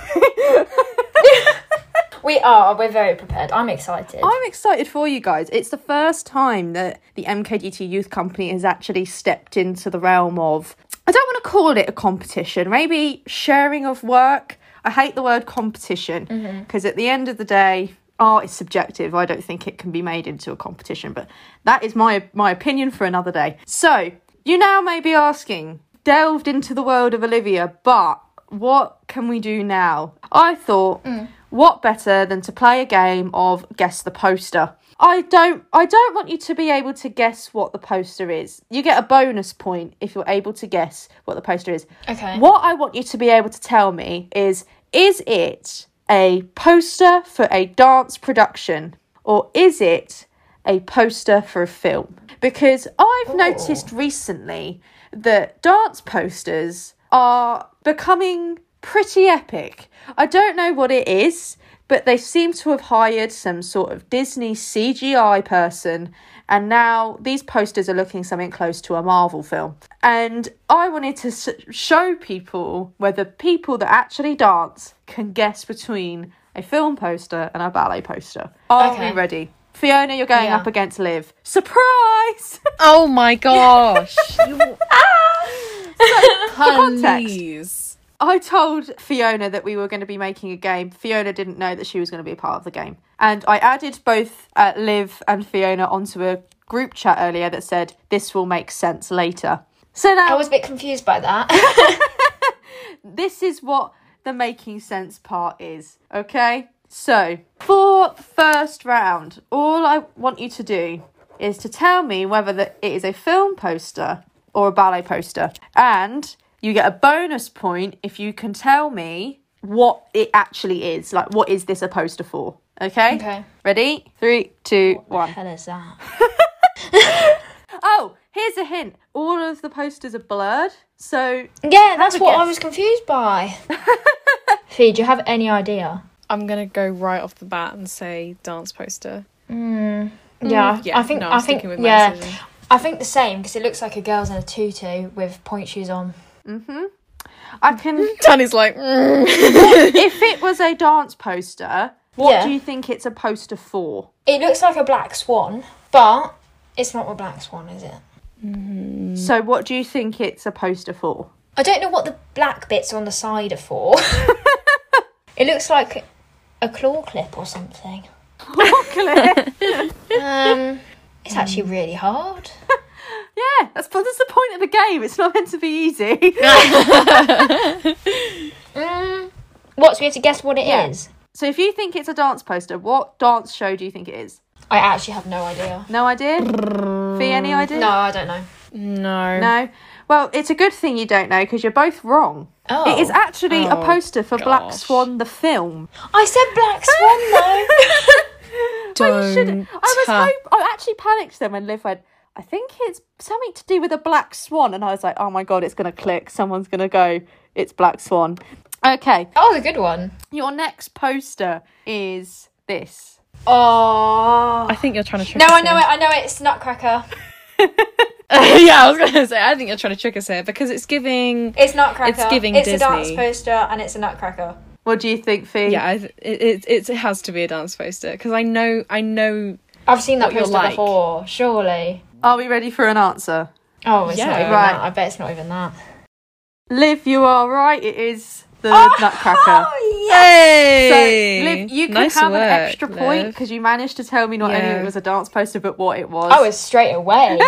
Speaker 6: We are. We're very prepared. I'm excited.
Speaker 5: I'm excited for you guys. It's the first time that the MKDT Youth Company has actually stepped into the realm of, I don't want to call it a competition, maybe sharing of work. I hate the word competition because at the end of the day, art is subjective. I don't think it can be made into a competition, but that is my my opinion for another day. So, you now may be asking, delved into the world of Olivia, but what can we do now? I thought, what better than to play a game of guess the poster? I don't I don't want you to be able to guess what the poster is. You get a bonus point if you're able to guess what the poster is.
Speaker 6: Okay.
Speaker 5: What I want you to be able to tell me is is it a poster for a dance production or is it a poster for a film. Because I've noticed recently that dance posters are becoming pretty epic. I don't know what it is, but they seem to have hired some sort of Disney CGI person, and now these posters are looking something close to a Marvel film. And I wanted to s- show people whether people that actually dance can guess between a film poster and a ballet poster. Are
Speaker 6: Okay.
Speaker 5: we ready? Fiona, you're going
Speaker 4: Yeah.
Speaker 5: up against Liv. Surprise! *laughs*
Speaker 4: Oh my gosh.
Speaker 5: context. I told Fiona that we were going to be making a game. Fiona didn't know that she was going to be a part of the game. And I added both uh, Liv and Fiona onto a group chat earlier that said, This will make sense later. So
Speaker 6: I
Speaker 5: now,
Speaker 6: was a bit confused by that.
Speaker 5: this is what the making sense part is, okay? So, for the first round, all I want you to do is to tell me whether that it is a film poster or a ballet poster. And you get a bonus point if you can tell me what it actually is. Like, what is this a poster for? Okay?
Speaker 6: Okay.
Speaker 5: Ready? Three, two, one.
Speaker 6: hell is that?
Speaker 5: Oh, here's a hint. All of the posters are blurred. So,
Speaker 6: Yeah, that's
Speaker 5: a
Speaker 6: what I
Speaker 5: guess.
Speaker 6: was confused by. Fee, do you have any idea?
Speaker 4: I'm gonna go right off the bat and say dance poster. *laughs*
Speaker 6: Yeah,
Speaker 4: Yeah,
Speaker 6: I think
Speaker 4: no, I'm
Speaker 6: I think
Speaker 4: sticking with my
Speaker 6: yeah,
Speaker 4: decision.
Speaker 6: I think the same because it looks like a girl's in a tutu with point shoes on.
Speaker 5: I can
Speaker 4: Danny's like, "Mm."
Speaker 5: if it was a dance poster, what
Speaker 6: Yeah.
Speaker 5: do you think it's a poster for?
Speaker 6: It looks like a black swan, but it's not a black swan, is it?
Speaker 5: So, what do you think it's a poster for? *laughs*
Speaker 6: I don't know what the black bits on the side are for. it looks like a claw clip or something.
Speaker 5: yeah,
Speaker 6: Um, it's actually really hard.
Speaker 5: that's, that's the point of the game. It's not *laughs* meant to be easy.
Speaker 6: Mm, what? So we have to guess what it is.
Speaker 5: Yeah. so, if you think it's a dance poster, what dance show do you think it is?
Speaker 6: I actually have no idea.
Speaker 5: No idea? Fee, any idea?
Speaker 6: No, I don't know.
Speaker 4: no.
Speaker 5: No? Well, it's a good thing you don't know because you're both wrong.
Speaker 6: Oh,
Speaker 5: It is actually a
Speaker 4: Oh,
Speaker 5: poster for Black
Speaker 4: gosh.
Speaker 5: Swan the film.
Speaker 6: I said black swan though.
Speaker 5: Well, you should-
Speaker 4: Don't
Speaker 5: I was
Speaker 4: ha-
Speaker 5: hope- I actually panicked then when Liv went. I think it's something to do with a black swan, and I was like, oh my god, it's gonna click. Someone's gonna go. It's black swan. Okay,
Speaker 6: that was Oh, a good one.
Speaker 5: your next poster is this.
Speaker 6: Oh.
Speaker 4: I think you're trying to trick
Speaker 6: No,
Speaker 4: us
Speaker 6: I know
Speaker 4: here.
Speaker 6: it. I know it. It's Nutcracker.
Speaker 4: *laughs* yeah, I was gonna say. I think you're trying to trick us here because it's giving.
Speaker 6: It's Nutcracker.
Speaker 4: It's giving
Speaker 6: It's a dance
Speaker 4: Disney.
Speaker 6: poster and it's a Nutcracker.
Speaker 5: What do you think, Fee?
Speaker 4: Yeah, I th- it, it it's- it has to be a dance poster because I know I know.
Speaker 6: I've seen that
Speaker 4: What you're
Speaker 6: poster
Speaker 4: like.
Speaker 6: before. Surely.
Speaker 5: Are we ready for an answer?
Speaker 6: Oh, it's
Speaker 4: Yeah.
Speaker 6: not even
Speaker 5: Right.
Speaker 6: that. I bet it's not even that.
Speaker 5: Liv, you are right. It is the Nutcracker.
Speaker 6: Oh
Speaker 5: So,
Speaker 4: Yay!
Speaker 5: Liv, you can
Speaker 4: Nice
Speaker 5: have
Speaker 4: work,
Speaker 5: an extra point
Speaker 4: Liv.
Speaker 5: because you managed to tell me not only
Speaker 4: Yeah. Oh,
Speaker 5: it was a dance poster, but what it was.
Speaker 6: I was Oh, straight *laughs* away.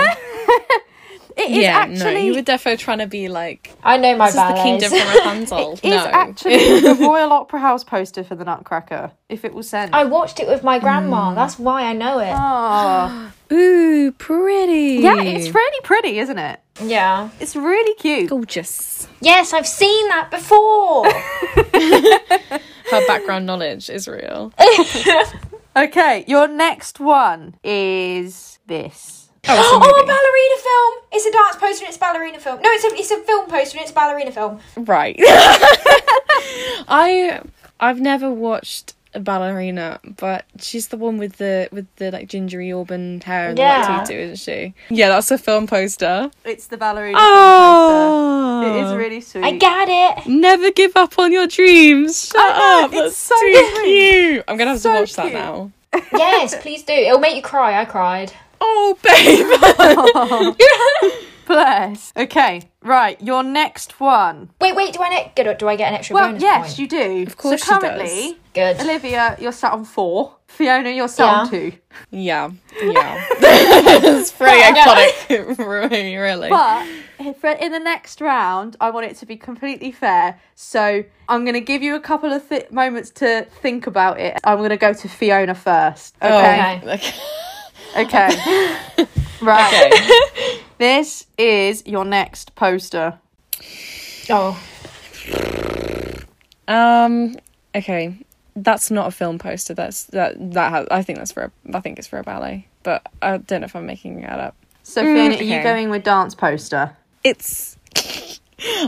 Speaker 5: it is
Speaker 4: yeah,
Speaker 5: actually
Speaker 4: no, you were defo trying to be like
Speaker 6: I know my
Speaker 4: this is the
Speaker 6: ballets. *laughs*
Speaker 4: kingdom from *laughs* Rapunzel.
Speaker 5: It is
Speaker 4: no,
Speaker 5: actually the Royal Opera House poster for the Nutcracker, if it will send.
Speaker 6: I watched it with my grandma. That's why I know it.
Speaker 5: Oh.
Speaker 4: ooh, pretty.
Speaker 5: Yeah, it's really pretty, isn't it?
Speaker 6: Yeah.
Speaker 5: It's really cute.
Speaker 4: gorgeous.
Speaker 6: Yes, I've seen that before.
Speaker 4: Her background knowledge is real.
Speaker 5: Okay, your next one is this.
Speaker 4: Oh, it's
Speaker 6: *laughs* *gasps*
Speaker 4: a
Speaker 6: oh, a
Speaker 4: movie.
Speaker 6: ballerina film. It's a dance poster and it's a ballerina film. No, it's a it's a film poster and it's a ballerina film.
Speaker 4: Right. *laughs* I I've never watched a ballerina, but she's the one with the with the like gingery auburn hair and the
Speaker 6: Yeah.
Speaker 4: white tutu, isn't she? Yeah, that's a film poster.
Speaker 5: It's the ballerina
Speaker 4: Oh,
Speaker 5: poster. It is really sweet.
Speaker 6: I got it.
Speaker 4: Never give up on your dreams. Shut
Speaker 5: I know,
Speaker 4: up.
Speaker 5: it's
Speaker 4: That's
Speaker 5: so
Speaker 4: too
Speaker 5: sweet.
Speaker 4: cute. I'm gonna have
Speaker 5: So
Speaker 4: to watch that
Speaker 5: cute.
Speaker 4: now.
Speaker 6: yes, please do. It'll make you cry. I cried.
Speaker 4: Oh,
Speaker 5: *laughs*
Speaker 4: babe.
Speaker 5: Bless. Okay, right, your next one.
Speaker 6: Wait, wait. Do I ne- get do I get an extra
Speaker 5: Well,
Speaker 6: bonus
Speaker 5: yes,
Speaker 6: point?
Speaker 5: you do. Of
Speaker 4: course she
Speaker 5: so
Speaker 4: does.
Speaker 5: currently,
Speaker 6: Good.
Speaker 5: Olivia, you're sat on four. Fiona, you're sat on
Speaker 6: Yeah.
Speaker 5: two.
Speaker 4: *laughs* yeah,
Speaker 5: *laughs*
Speaker 4: yeah. it's pretty *laughs* iconic. really, really.
Speaker 5: But if- for- in the next round, I want it to be completely fair. So I'm going to give you a couple of th- moments to think about it. I'm going to go to Fiona first.
Speaker 4: Oh,
Speaker 5: Okay.
Speaker 4: okay.
Speaker 5: Okay.
Speaker 4: *laughs*
Speaker 5: right. *laughs* This is your next poster.
Speaker 6: Oh,
Speaker 4: Um. Okay, that's not a film poster. That's that. That has, I think that's for. A, I think it's for a ballet. but I don't know if I'm making that up.
Speaker 5: Sophia,
Speaker 4: Mm,
Speaker 5: are
Speaker 4: okay.
Speaker 5: you going with dance poster?
Speaker 4: It's.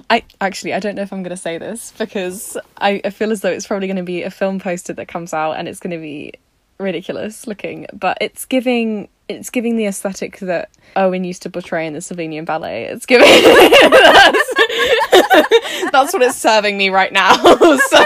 Speaker 4: I actually I don't know if I'm gonna say this because I, I feel as though it's probably gonna be a film poster that comes out and it's gonna be ridiculous looking, but it's giving it's giving the aesthetic that Owen used to portray in the Slovenian ballet. It's giving *laughs* that's, that's what it's serving me right now. *laughs* so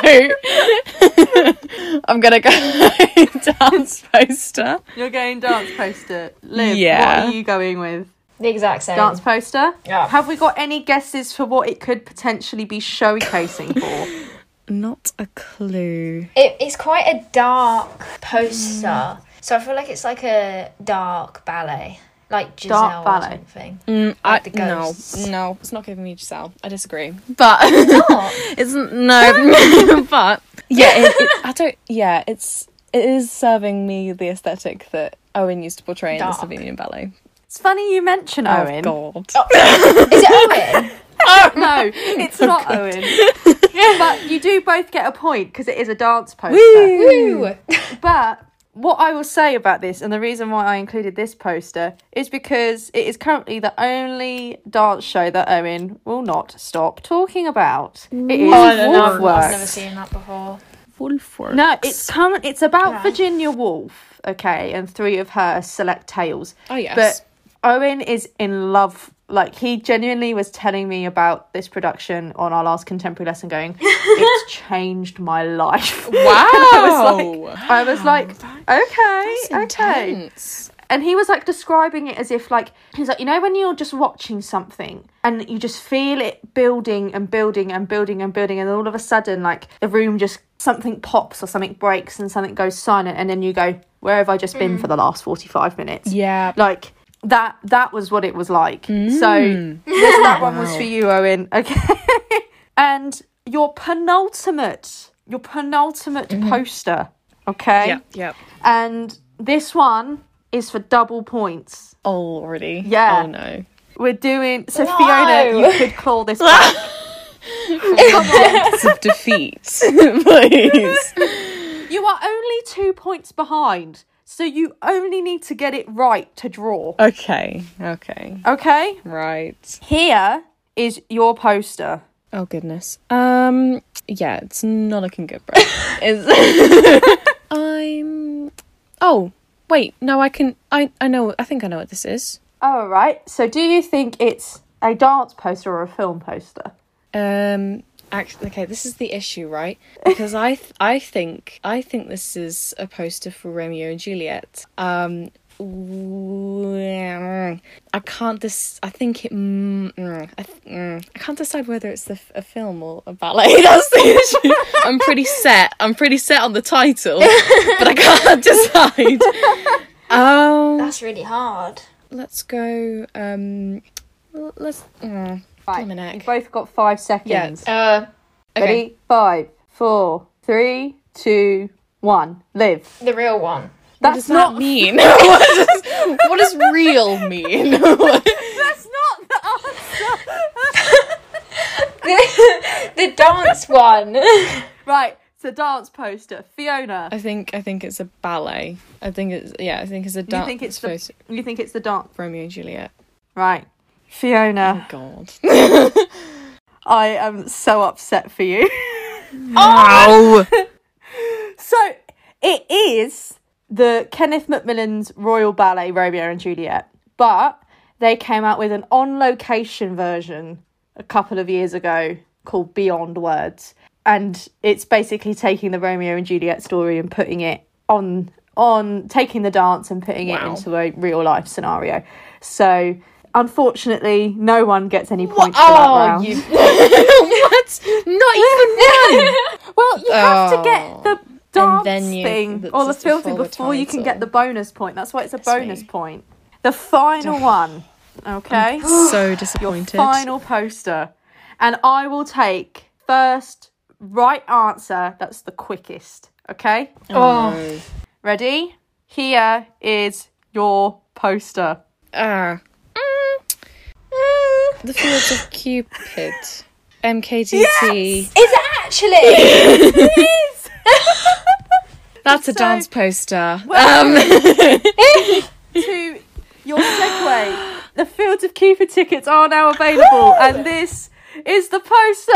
Speaker 4: I'm gonna go *laughs* dance poster.
Speaker 5: You're going dance poster. Liv,
Speaker 4: Yeah.
Speaker 5: what are you going with?
Speaker 6: The exact same.
Speaker 5: Dance poster?
Speaker 6: Yeah.
Speaker 5: Have we got any guesses for what it could potentially be showcasing for?
Speaker 4: Not a clue.
Speaker 6: It, it's quite a dark poster, so I feel like it's like a dark ballet, like Giselle
Speaker 5: Dark ballet.
Speaker 6: or something.
Speaker 4: Mm,
Speaker 6: Like the
Speaker 4: I, no, Mm.
Speaker 6: ghosts.
Speaker 4: no, it's not giving me Giselle. I disagree, *laughs* but it's *laughs* no, but yeah, it, it- I don't. Yeah, it's it is serving me the aesthetic that Owen used to portray
Speaker 6: Dark.
Speaker 4: in the Slovenian ballet.
Speaker 5: *laughs* it's funny you mention Owen.
Speaker 4: Oh God,
Speaker 6: Is it
Speaker 4: *laughs*
Speaker 6: Owen?
Speaker 5: *laughs* No, it's not Owen. But you do both get a point because it is a dance poster.
Speaker 6: Ooh.
Speaker 5: But what I will say about this, and the reason why I included this poster, is because it is currently the only dance show that Owen will not stop talking about. It is Wolf
Speaker 6: I've never
Speaker 5: Works.
Speaker 6: seen that before.
Speaker 4: Wolfwork. *laughs*
Speaker 5: No, it's current. It's about
Speaker 6: Right.
Speaker 5: Virginia Woolf, okay, and three of her select tales.
Speaker 4: Oh, yes.
Speaker 5: But Owen is in love. Like he genuinely was telling me about this production on our last contemporary lesson,
Speaker 4: *laughs*
Speaker 5: going, "It's changed my life."
Speaker 4: Wow,
Speaker 5: I was like, okay, okay.
Speaker 4: intense.
Speaker 5: And he was like describing it as if like he's like, you know, when you're just watching something and you just feel it building and building and building and building, and all of a sudden like the room just something pops or something breaks and something goes silent, and then you go, where have I just been for the last forty five minutes?
Speaker 4: Yeah.
Speaker 5: like that. That was what it was like. So yes, that one was for you, Owen. *laughs* Okay, and your penultimate, your penultimate poster. Okay,
Speaker 4: Yep, yep.
Speaker 5: and this one is for double points.
Speaker 4: Already.
Speaker 5: Yeah.
Speaker 4: Oh no.
Speaker 5: We're doing so Fiona, you could call this back. *laughs*
Speaker 4: It's of defeat, *laughs* please.
Speaker 5: You are only two points behind, so you only need to get it right to draw.
Speaker 4: Okay. Okay.
Speaker 5: Okay?
Speaker 4: Right.
Speaker 5: Here is your poster.
Speaker 4: Oh goodness. Um. Yeah, it's not looking good, bro. It's- *laughs* I'm. Oh wait, no, I can. I I know. I think I know what this is.
Speaker 5: Alright, Oh, so do you think it's a dance poster or a film poster?
Speaker 4: Um. Actually, okay, this is the issue, right? Because I th- I think I think this is a poster for Romeo and Juliet. Um. I can't dis. I think it. Mm, mm, I, th- mm, I can't decide whether it's the f- a film or a ballet. *laughs* That's the issue. I'm pretty set. I'm pretty set on the title, but I can't *laughs* decide. Um,
Speaker 6: That's really hard.
Speaker 4: let's go. Um, l- let's. Mm,
Speaker 5: Right.
Speaker 4: Blimey neck.
Speaker 5: You've both got five seconds.
Speaker 6: Uh,
Speaker 4: okay.
Speaker 5: Ready? Five, four, three, two, one. Live.
Speaker 6: the real one.
Speaker 4: What *laughs* does
Speaker 5: That's not
Speaker 4: that mean? what, does, what does *laughs* real mean?
Speaker 5: *laughs* That's not the
Speaker 6: the dance *laughs* one.
Speaker 5: Right, it's a dance poster. Fiona.
Speaker 4: I think I think it's a ballet. I think it's yeah. I think it's a
Speaker 5: You
Speaker 4: dance.
Speaker 5: think it's
Speaker 4: supposed
Speaker 5: the you think it's the dance.
Speaker 4: Romeo and Juliet.
Speaker 5: Right. Fiona,
Speaker 4: *laughs* God.
Speaker 5: I am so upset for you.
Speaker 4: Ow!
Speaker 5: *laughs* so it is the Kenneth Macmillan's Royal Ballet Romeo and Juliet, but they came out with an on location version a couple of years ago called Beyond Words. And it's basically taking the Romeo and Juliet story and putting it on on taking the dance and putting it
Speaker 4: Wow.
Speaker 5: into a real life scenario. So unfortunately no one gets any points for that
Speaker 4: Oh,
Speaker 5: round.
Speaker 4: you. what? Not even one. *gasps*
Speaker 5: Well, you have to get the
Speaker 4: Oh.
Speaker 5: dance
Speaker 4: And then you-
Speaker 5: thing
Speaker 4: that's
Speaker 5: or the
Speaker 4: just
Speaker 5: film thing
Speaker 4: before the
Speaker 5: before you can get
Speaker 4: title.
Speaker 5: the bonus point. That's why it's a bonus
Speaker 4: me.
Speaker 5: point. The final one, okay?
Speaker 4: *laughs* so
Speaker 5: Your
Speaker 4: disappointed.
Speaker 5: final poster. And I will take first right answer that's the quickest, okay?
Speaker 4: Oh.
Speaker 5: Ready? Here is your poster.
Speaker 4: Ah. The Fields *sighs* of Cupid. MKDT.
Speaker 6: Is it *laughs* actually?
Speaker 4: That's a dance poster.
Speaker 5: to your segue. The Fields of Cupid tickets are now available, and this is the *laughs* poster.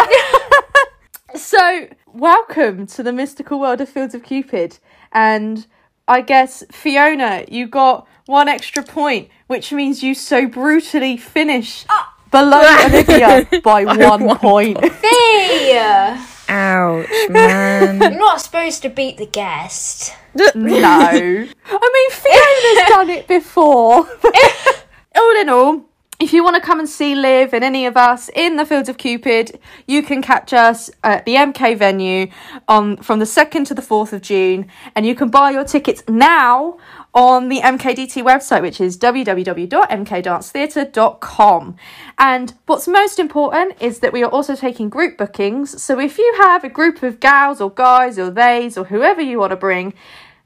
Speaker 5: so, welcome to the mystical world of Fields of Cupid. And I guess, Fiona, you got one extra point, which means you so brutally finish *laughs* below Olivia by one, point.
Speaker 6: Hey! *laughs*
Speaker 4: Ouch, man.
Speaker 6: I'm not supposed to beat the guest.
Speaker 5: no. *laughs* I mean, *laughs* Fiona's done it before. *laughs* all in all, if you want to come and see Liv and any of us in the Fields of Cupid, you can catch us at the MK venue on from the 2nd to the 4th of June. And you can buy your tickets now on the MKDT website, which is www.mkdancetheatre.com. And what's most important is that we are also taking group bookings. So if you have a group of gals or guys or theys or whoever you want to bring,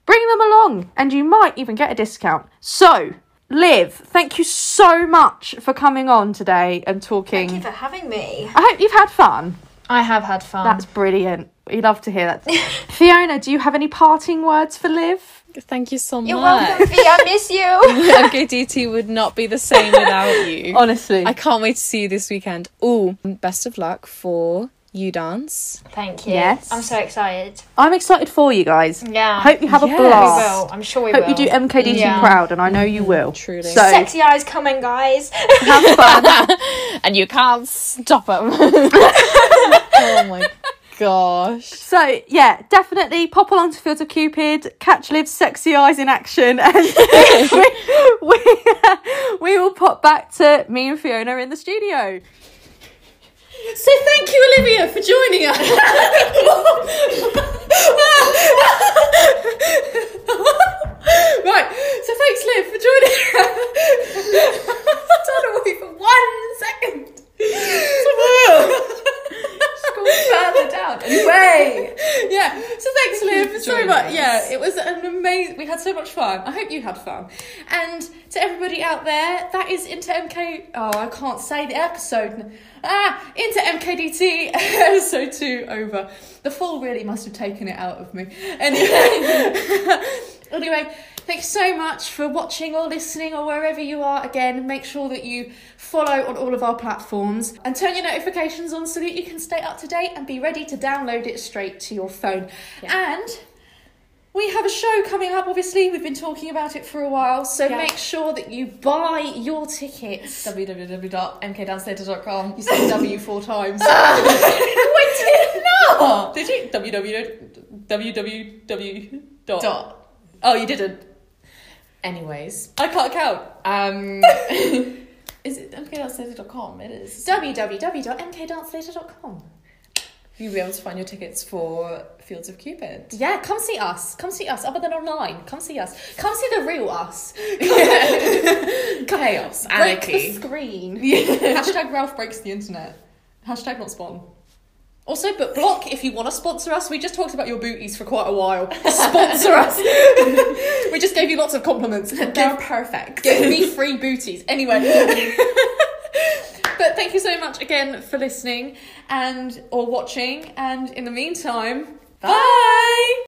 Speaker 5: bring them along and you might even get a discount. So, Liv, thank you so much for coming on today and talking.
Speaker 6: Thank you for having me.
Speaker 5: I hope you've had fun.
Speaker 2: I have had fun.
Speaker 5: That's brilliant. We love to hear that.
Speaker 6: *laughs*
Speaker 5: Fiona, do you have any parting words for Liv?
Speaker 4: Thank you so much.
Speaker 6: You're welcome, Fee. I miss you.
Speaker 4: *laughs* MKDT would not be the same without *laughs* you.
Speaker 5: Honestly.
Speaker 4: I can't wait to see you this weekend. Ooh, best of luck for you dance.
Speaker 6: Thank you.
Speaker 5: Yes.
Speaker 6: I'm so excited.
Speaker 5: I'm excited for you guys.
Speaker 6: Yeah.
Speaker 5: Hope you have
Speaker 4: Yes.
Speaker 5: a
Speaker 6: we
Speaker 5: blast.
Speaker 6: will. I'm sure we
Speaker 5: Hope
Speaker 6: will.
Speaker 5: you do MKDT
Speaker 6: Yeah.
Speaker 5: proud, and I know you will.
Speaker 4: Truly.
Speaker 5: So
Speaker 6: Sexy eyes coming, guys.
Speaker 5: have fun.
Speaker 4: And you can't stop *laughs* them. oh *laughs* my gosh.
Speaker 5: so yeah, definitely pop along to Fields of Cupid, catch Liv's sexy eyes in action, *laughs* and we, we, *laughs* we will pop back to me and Fiona in the studio.
Speaker 3: So thank you, Olivia, for joining us. *laughs* *laughs* right. So thanks, Liv, for joining us. *laughs* Turn away for one second. further down. Anyway. Yeah. So thanks, Liv, so much. Yeah, it was an amazing. We had so much fun. I hope you had fun. And to everybody out there, that is into MK. Oh, I can't say the episode. Ah, into MKDT *laughs* episode two over. The fall really must have taken it out of me. Anyway. anyway. Thank you so much for watching or listening or wherever you are. Again, make sure that you follow on all of our platforms and turn your notifications on so that you can stay up to date and be ready to download it straight to your phone. And we have a show coming up, obviously. We've been talking about it for a while, so make sure that you buy your tickets.
Speaker 2: www.mkdancetheatre.com.
Speaker 3: You said W four
Speaker 2: *laughs*
Speaker 3: times. Wait, did not? Did you? www www dot.
Speaker 2: Dot.
Speaker 3: Oh, you didn't.
Speaker 2: Anyways,
Speaker 3: I can't count. *laughs*
Speaker 2: um, is it mkdancetheatre.com? It is.
Speaker 3: www.mkdancelater.com.
Speaker 2: You'll be able to find your tickets for Fields of Cupid.
Speaker 3: Yeah, come see us. Come see us. Other than online, come see us. Come see the real us. *laughs*
Speaker 2: *laughs* Chaos,
Speaker 3: Break
Speaker 2: anarchy.
Speaker 3: the *laughs* screen. Hashtag Ralph breaks the internet. Hashtag not spawn. Also, but block if you want to sponsor us. We just talked about your booties for quite a while. Sponsor us. *laughs* we just gave you lots of compliments.
Speaker 2: They're perfect.
Speaker 3: Give me free booties. Anyway. but thank you so much again for listening and or watching. And in the meantime, bye.